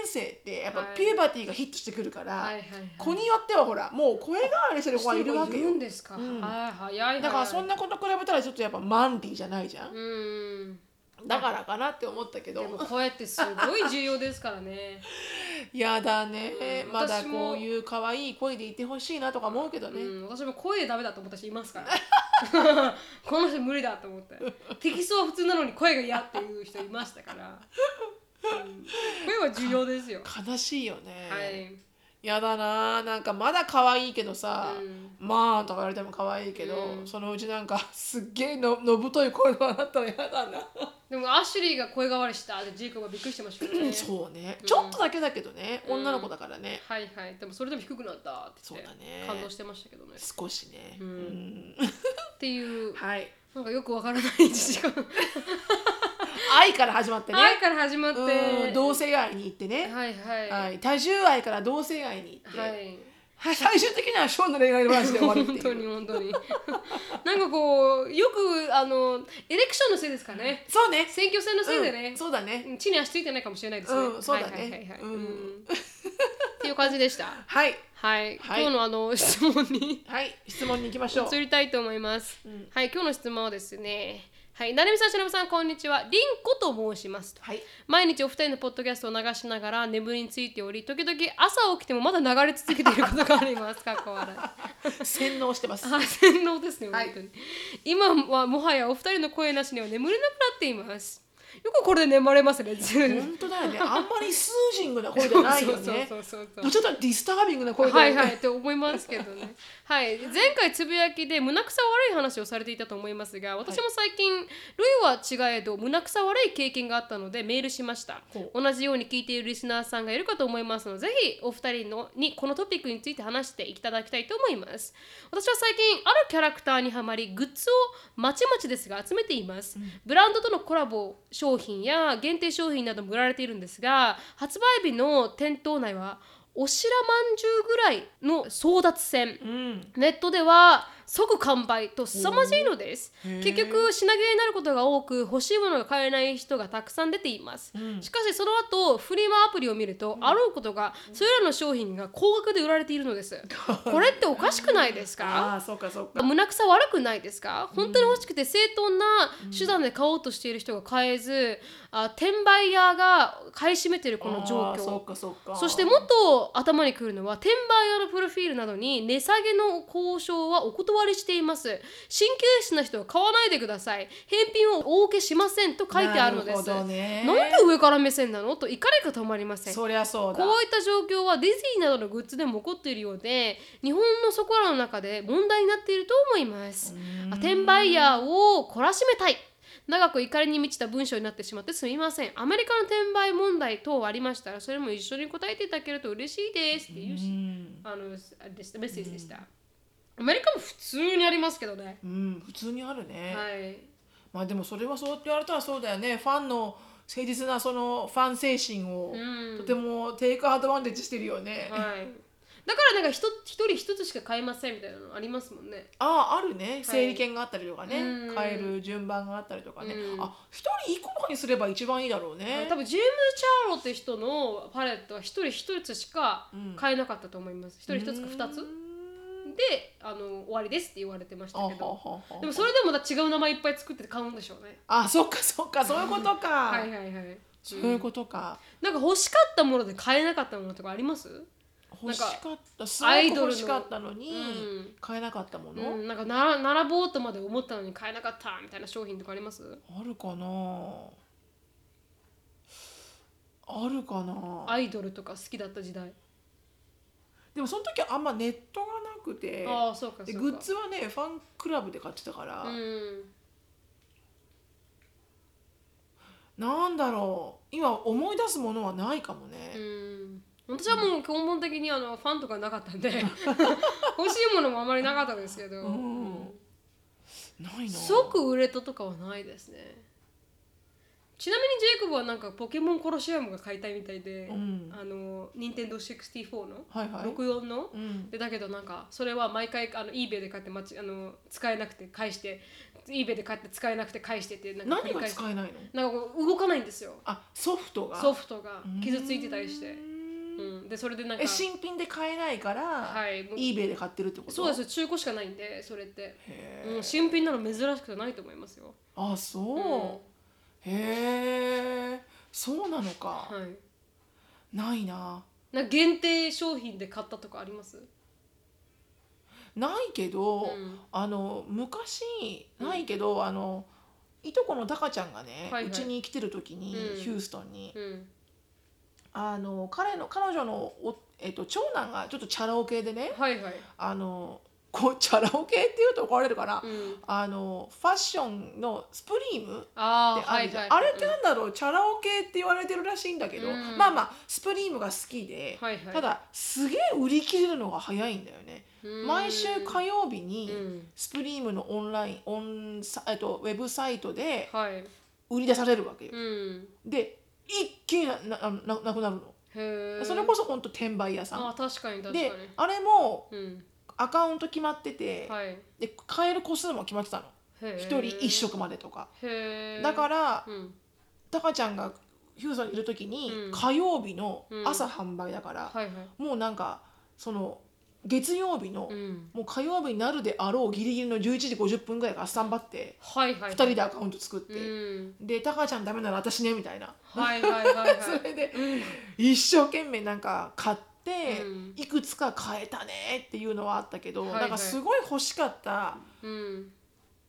生ってやっぱ
はい
ピューバティがヒットしてくるから、
はいはいはい
子によってはほらもう声変わりしてる子がいるわけ
いる
よ
んですか、
うん
はいはいはいはい
だからそんなこと比べたらちょっとやっぱマンディーじゃないじゃん、
うん
だからかなって思ったけど
でも声ってすごい重要ですから ね
やだね、
うん
まだ
私も
こういう可愛い声でいてほしいなとか思うけどね、
うん、私も声ダメだと思った人いますから この人無理だと思って適当は普通なのに声が嫌っていう人いましたから、うん声は重要ですよ
悲しいよね、
はい
やだななんかまだ可愛いけどさ、
うん
まあとか言われても可愛いけど、
うん
そのうちなんかすっげえののぶとい声があったらやだな、
でもアシュリーが声変わりしたってジェイコブはびっくりしてましたよね
そうねちょっとだけだけどね、
うん
女の子だからね
はいはいでもそれでも低くなったって言って
そうだね
感動してましたけどね
少しね、
うん
ん
っていう
はい
なんかよくわからない1時間
愛から始まってね、
愛から始まって、
うん、同性愛に行ってね、
はいはい
は
はい
い、多重愛から同性愛に行って、
はい
はい最終的にはショーンの恋愛の話で終わるって
本
いう
当に本当になんかこうよくあのエレクションのせいですかね
そうね
選挙戦のせいでね
うん、そうだね
地に足ついてないかもしれないですね、
うんそうだね
はいはいはいはい、
うん
うんっていう感じでした
はい
はい、
はい
今日のあの質問に
はい質問に行きましょう
移りたいと思います、
うん
はい今日の質問はですねはい、なるみさん、しのぶさん、こんにちは。りんこと申しますと。
はい
毎日お二人のポッドキャストを流しながら眠りについており、時々朝起きてもまだ流れ続けていることがあります。かっこ笑い。
洗脳してます
あ洗脳ですね、
は
本
い
当に今はもはやお二人の声なしには眠れなくなっていますよくこれで眠れますね
本当だよねあんまりスージングな声じゃないよね
そうそうそうそう
もうちょっとディスタービングな声だ
はい
よね、
はいって思いますけど ね。はい、前回つぶやきで胸くさ悪い話をされていたと思いますが私も最近、類は違えど胸くさ悪い経験があったのでメールしました
ほ
同じように聞いているリスナーさんがいるかと思いますのでぜひお二人のにこのトピックについて話していただきたいと思います私は最近あるキャラクターにはまりグッズをまちまちですが集めています、ブランドとのコラボ商品や限定商品なども売られているんですが発売日の店頭内はおしらまんじゅうぐらいの争奪戦、
うん
ネットでは即完売と凄まじいのです
へえ
結局品切れになることが多く欲しいものが買えない人がたくさん出ています、
うん
しかしその後フリマアプリを見ると、あろうことがそれらの商品が高額で売られているのです これっておかしくないですか
ああそうかそうか
胸くさ悪くないですか本当に欲しくて正当な手段で買おうとしている人が買えず、あ転売屋が買い占めてるこの状
あーそう
況
かそうか
そしてもっと頭にくるのは転売屋のプロフィールなどに値下げの交渉はお断りしています神経質な人は買わないでください返品をお受けしませんと書いてあるのですな,、
なるほどね
んで上から目線なのと怒りが止まりません
そりゃそうだ
こういった状況はディズニーなどのグッズでも起こっているようで日本のそこらの中で問題になっていると思います
うん
転売ヤーを懲らしめたい長く怒りに満ちた文章になってしまってすみませんアメリカの転売問題等ありましたらそれも一緒に答えていただけると嬉しいですっていううし
ん
あのあれでしたメッセージでしたアメリカも普通にありますけどね
うん普通にあるね、
はい
まあでもそれはそうって言われたらそうだよねファンの誠実なそのファン精神を
うん
とてもテイクアドバンテージしてるよね、あ
はいだからなんかひと一人一つしか買えませんみたいなのありますもんね
ああるね整理券があったりとかね、
うん
買える順番があったりとかね、
うん
あ一人一個とかにすれば一番いいだろうね
多分ジェームズ・チャーロって人のパレットは一人一つしか買えなかったと思います一、人一つか二つ
うん
であの終わりですって言われてました
あは
けど
はは
でもそれでもまた違う名前いっぱい作ってて買うんでしょうね
あそっかそっかそういうことか、
はいはいはい
そういうことか
なんか欲しかったもので買えなかったものとかあります
欲しかったすご
ア
く
イドルの
欲しかったのに、
うん
買えなかったも
う
の、
ん、なんかなら並ぼうとまで思ったのに買えなかったみたいな商品とかあります
あるかなあるかな
アイドルとか好きだった時代、
でもその時はあんまネットがなくて
ああそうかそう
で
か
グッズはねファンクラブで買ってたから、
うん
なんだろう今思い出すものはないかもね、
うん私はもう根本的にあのファンとかなかったん で欲しいものもあまりなかったですけど、
うんないな
即売れたとかはないですねちなみにジェイコブはなんかポケモンコロシアムが買いたいみたいで、
うん
あの任天堂64の
はいはい、
64の
うん、
でだけどなんかそれは毎回あの eBay で買ってまちあの使えなくて返して eBay で買って使えなくて返してってなんか繰
何
り
が
返して
使えないの
なんかこう動かないんですよ
あソフトが
ソフトが
うん
傷ついてたりして、うん、でそれでなんか
え新品で買えないから、
はいもう
eBay で買ってるってこと
そうですよ中古しかないんでそれって、
へ
うん、新品なの珍しくないと思いますよ、
あそうへえそうなのか
はい
ないな
なんか限定商品で買ったとかあります
ないけど、
うん
あの昔ないけど、あのいとこのタカちゃんがね
はいはいう
ち、に来てる時に、
うん
ヒューストンに
うん
あの彼の彼女のお、えっと長男がちょっとチャラ男系でね
はいはい、
あのこうチャラ男系っていうと怒られるから、
うん、
あのファッションのスプリーム
あ
って
あは
あ
い
るじゃ
は
ん
い
あれってなんだろう、チャラ男系って言われてるらしいんだけど、
うん
まあまあスプリームが好きで、
はいはい
ただすげえ売り切れるのが早いんだよね、
うん
毎週火曜日に、
うん
スプリームのオンラインオンサえっとウェブサイトで
はい
売り出されるわけよ、
うん
で一気にななななくなるの、
へえ
それこそ本当転売屋さん
あー確かに確かに
であれも
うん
アカウント決まってて、
はいへ
で買える個数も決まってたの
え
一人一食までとか、
へえ
だから
うん
タカちゃんがヒューソンにいる時に、
うん
火曜日の
うん
朝販売だから、
はいはい
もうなんかその月曜日の、
うん
もう火曜日になるであろうギリギリの11時50分ぐらいからスタンバって
はいはい
2人でアカウント作って、
うん
で「タカちゃんダメなら私ね」みたいな、
はいはいはいはい
それで一生懸命なんか買って、
うん
いくつか買えたねっていうのはあったけど、
はいはい
なんかすごい欲しかった
うん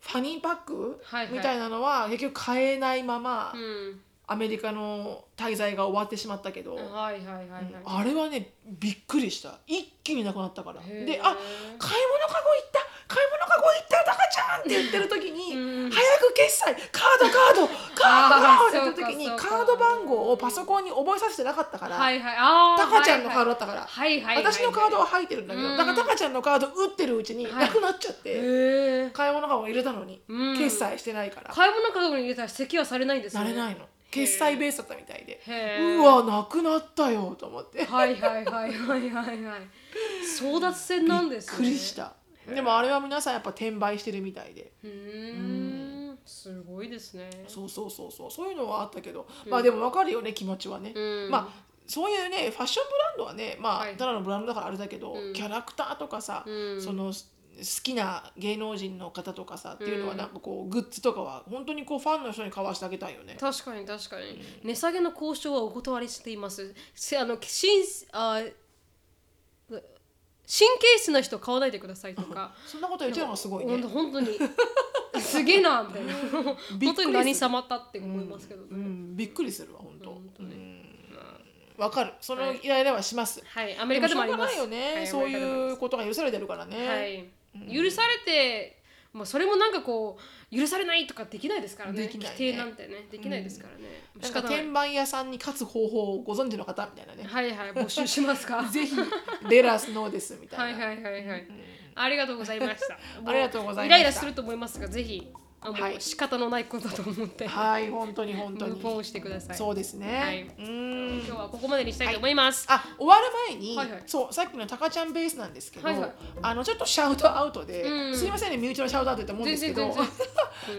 ファニーパック、
はいはい
みたいなのは結局買えないまま、
うん
アメリカの滞在が終わってしまったけど、
はいはいはいはい
あれはねびっくりした一気になくなったから
へー
で「あ買い物かご行った買い物かご行ったタカちゃん!」って言ってる時に「
うん
早く決済カードカードカードカード!」って言って
あ
る時
ーそう
に
かそうか
カード番号をパソコンに覚えさせてなかったから、
はいはいあ
タカちゃんのカード
ド
だったから、
はいはいはいはい
私のカードは入ってるんだけど、
うん
だからタカちゃんのカード打ってるうちに
はい
なくなっちゃって、
へえ
買い物かご入れたのに、
うん
決済してないから、
買い物カゴに入れたら席はされないんです
な
ね
れないの決済ベースだったみたいで
へー
うわなくなったよと思って
はいはいはいはいはいはい争奪戦なんですね
びっくりした。
へ
でもあれは皆さんやっぱ転売してるみたいで
うーんすごいですね
そうそうそうそうそういうのはあったけど、まあでもわかるよね気持ちはね、
うん
まあそういうねファッションブランドはねまあ、
はい
ただのブランドだからあれだけど、
うん
キャラクターとかさ、
うん
そのす好きな芸能人の方とかさっていうのは
うん
なんかこうグッズとかは本当にこうファンの人に買わしてあげたいよね。
確かに確かに値下げの交渉はお断りしていますせあのしんあ神経質な人買わないでくださいとか
そんなこと言っちゃうのがすごい
ほん
ね
と。本当に すげえなみたいな
びっ
本
く
当
りする
に何様だって思いますけどね、
うん、びっくりするわ本当。
本当
う
ね
んわかる。そのイライラはします。
はいアメリカでもあります
しょうがないよね、
はい
そう
アメリカでもあり
い
ま
うことが許されてるからね。
はい、許されて、まあ、それもなんかこう許されないとかできないですからね
できないね
規定なんてねできないですからね、
な
仕
んか
方ない
転売屋さんに勝つ方法をご存知の方みたいなね。
はいはい募集しますか
ぜひレラスノーですみたいな。
はいはいはいはい、ありがとうございました
ありがとうございました
もイライラすると思いますがぜひあの、
はい
仕方のないことだと思って
はい、本当に本
ム
当
ーブオン
に。
してください
そうですね。
はいう
ーん。
今日はここまでにしたいと思います、
あ、終わる前に、
はいはい
そう、さっきのタカちゃんベースなんですけど、
はいはい
あのちょっとシャウトアウトで、
うん
すいませんね、身内のシャウトアウトって思うんですけど
全然、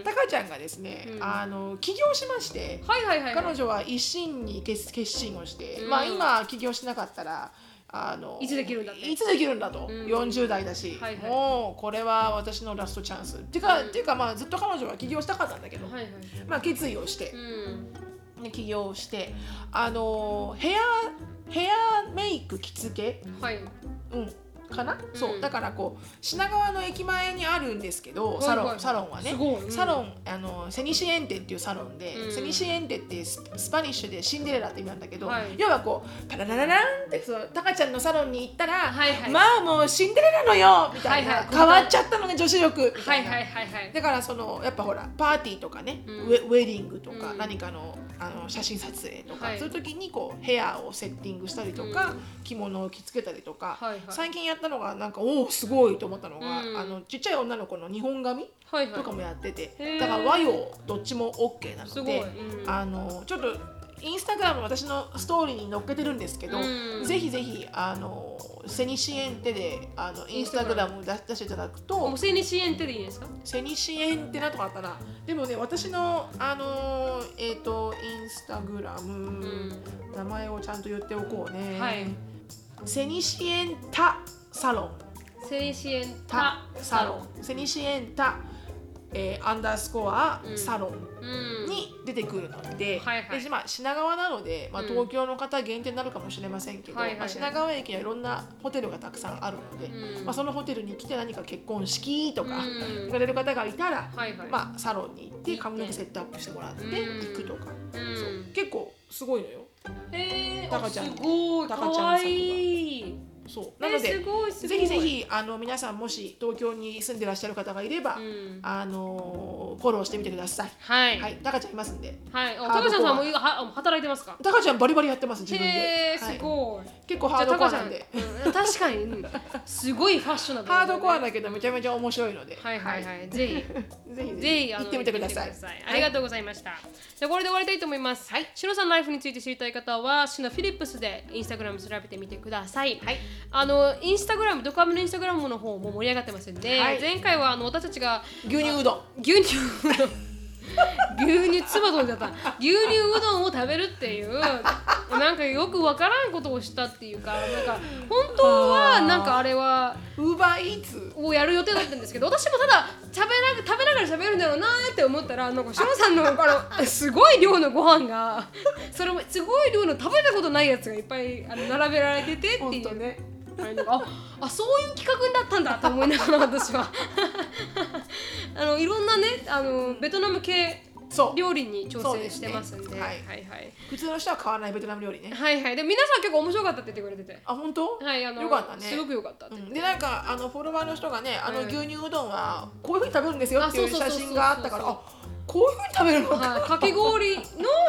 タカちゃんがですね、
うん
あの起業しまして、
はいはいはい、
彼女は一心に決決心をして、
うん
まあ今起業しなかったら。あの
いつできるんだって
いつできるんだと、
うん
40代だし、
はいはい
もうこれは私のラストチャンスっていうか,、っていうかまあずっと彼女は起業したかったんだけど、
はいはい
まあ、決意をして
う、ん
ね起業してあのヘアヘアメイク着付け、
はい
うん、かな、そううんだからこう品川の駅前にあるんですけど、
はい
サロン、
はい
サロンはね
すごいうん
サロンあのセニシエンテっていうサロンで、
うん
セニシエンテってススパニッシュでシンデレラって意味なんだけど、
はい
要はこうパラララランってそうタカちゃんのサロンに行ったら、
はいはい
まあもうシンデレラのよみたいな、
はいはい
変わっちゃったのね女子力み
は
たい
い
な。
はいはいはい
だからそのやっぱほらパーティーとかね、
うん
ウェウェディングとか
うん
何かの,、あの写真撮影とか、
はい
そういう時にこうヘアをセッティングしたりとか、着物を着付けたりとか、
はいはい
最近やったのがなんかおおすごいと思ったのが、
うん
あのちっちゃい女の子の日本髪
はいはい
とかもやってて、
へー
だから和洋どっちも OK な
す
の
ごい、
で、
うん
あのちょっとインスタグラム私のストーリーに載っけてるんですけど、
うん
ぜひぜひあのセニシエンテであのインスタグラム出出していただくと。
おセニシエンテでいいですか
セニシエンってなんとかあったなでもね私のあのーえっ、とインスタグラム、
ん
名前をちゃんと言っておこうね、
はい
セニシエンタサロン
セニシエン
タ
タ
サロンセニシエンタ、えーアンダースコア、
うん
サロ
ンう
ン
ん
に出てくるので,、
はいはい
でまあ、品川なので、まあ、
うん
東京の方限定になるかもしれませんけど、
はいはいはい
まあ、品川駅にはいろんなホテルがたくさんあるので、
うん
まあ、そのホテルに来て何か結婚式とか、
うん
行かれる方がいたら、
はいはい
まあ、サロンに行って
行って
髪の毛セットアップしてもらって
うん
行くとか、
うん
そう結構すごいのよ
えー、
タカちゃん
あすごい
タ
か
カちゃん
わいい
そうなの
えー
で、
すごいすごい
ぜひぜひあの皆さんもし東京に住んでらっしゃる方がいれば、
うん
あのーフォローしてみてください
はい
はいタカちゃんいますんで
はい、お
ハー
高
ド
橋
コ
さ
ア
んも今は働いてますか
タカちゃんバリバリやってます自分で、
へえ
はい
すごい、
結構
じゃ
ハ
あ
ードコ
高
ア
橋
な
さ
ん
ん
で
うん確かに、うんすごいファッショナブル
ハードコア
な
だけどめちゃめちゃ面白いので
はいはいはい、ぜひ
ぜひ
ぜひあの
行ってみてください
行ってみてくありがとうございました。じゃあこれで終わりたいと思います。はい。シノさんライフについて知りたい方はシノフィリップスでインスタグラム調べてみてください。
はい。
あのインスタグラムドカムのインスタグラムの方も盛り上がってますんで、
はい
前回はあの私たちが
牛乳うどん
牛乳牛乳つばとんじゃった牛乳うどんを食べるっていうなんかよくわからんことをしたっていうかなんか本当はなんかあれは
ウーバーイーツ
をやる予定だったんですけど私もただ食べな食べながら喋るんだろうなーって思ったらなんかしのさんのあのすごい量のご飯がそれもすごい量の食べたことないやつがいっぱいあの並べられててっていう
本当ね
あれなんかああそういう企画だったんだと思いながら私は あのいろんなねあのベトナム系
そう
料理に挑
そう
戦
です
し
ね
てますんで
はい
はいはい
普通の人は買わないベトナム料理ね
はいはいで皆さん結構面白かったって言ってくれてて
あ本当
はいあの
よかったね
すごく良かったって
う
言って
んでなんかあのフォロワーの人がねあの
うん
牛乳うどんはこういうふうに食べるんですよっていう
あそうそう
写
そうそう
真があったからあこういうふうに食べるのか
はい、かき氷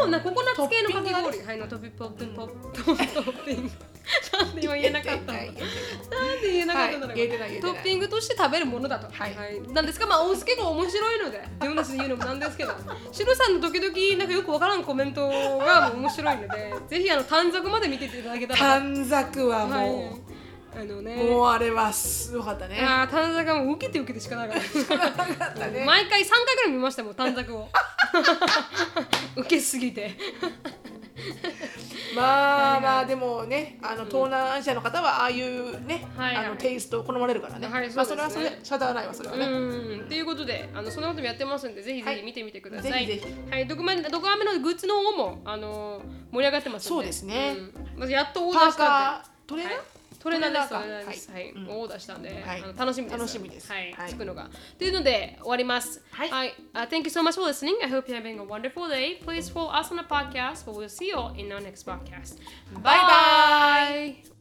のなココナッツ系のかき
トッピングが
氷、はい、のトッピポップポップトッピング。なんで今言えなかったの。なんで言えなかったんだろう。
はい言えてない言えて
ト
ない
ッピングとして食べるものだと。
はい
なんですか、まあ、おす結構面白いので、自分たちで言うのもなんです けど。しろさんの時々、なんかよくわからんコメントが面白いので、ぜひあの短冊まで見ていただけたら。
短冊はもう、
はいあのね
もうあれはすごかったね。
ああ短冊がもう受けて受けてしかないから
よかったね。
毎回3回ぐらい見ましたもん短冊 を 受けすぎて
まあまあでもねあの東南アジアの方はああいうね、
はいはい
あのテイストを好まれるからね、
はい
まあ
そ
そうれ
で
は
す
そ
ね
れしゃあないわそれはね、
うんということであのそんなこともやってますんでぜひぜ
は
ひ
い
見てみてください、
ぜひぜ
はいドクマドクアメのグッズの方もあの盛り上がってますんで
そうですね
うんまずやっとオー
パ
ダー
ー
したんで
カートレーナー、
はいトレーナーです
ト
ト
レー
レ
ナーか
ーナーですは
はいいうん
オーダーしたんで、
はい
あの楽しみです
楽しみです
はい、
はい
つくのがというので終わります
はい
Uh, thank you so much for listening I hope you're having a wonderful day please follow us on the podcast but we'll see you all in our next podcast
バイバイ
bye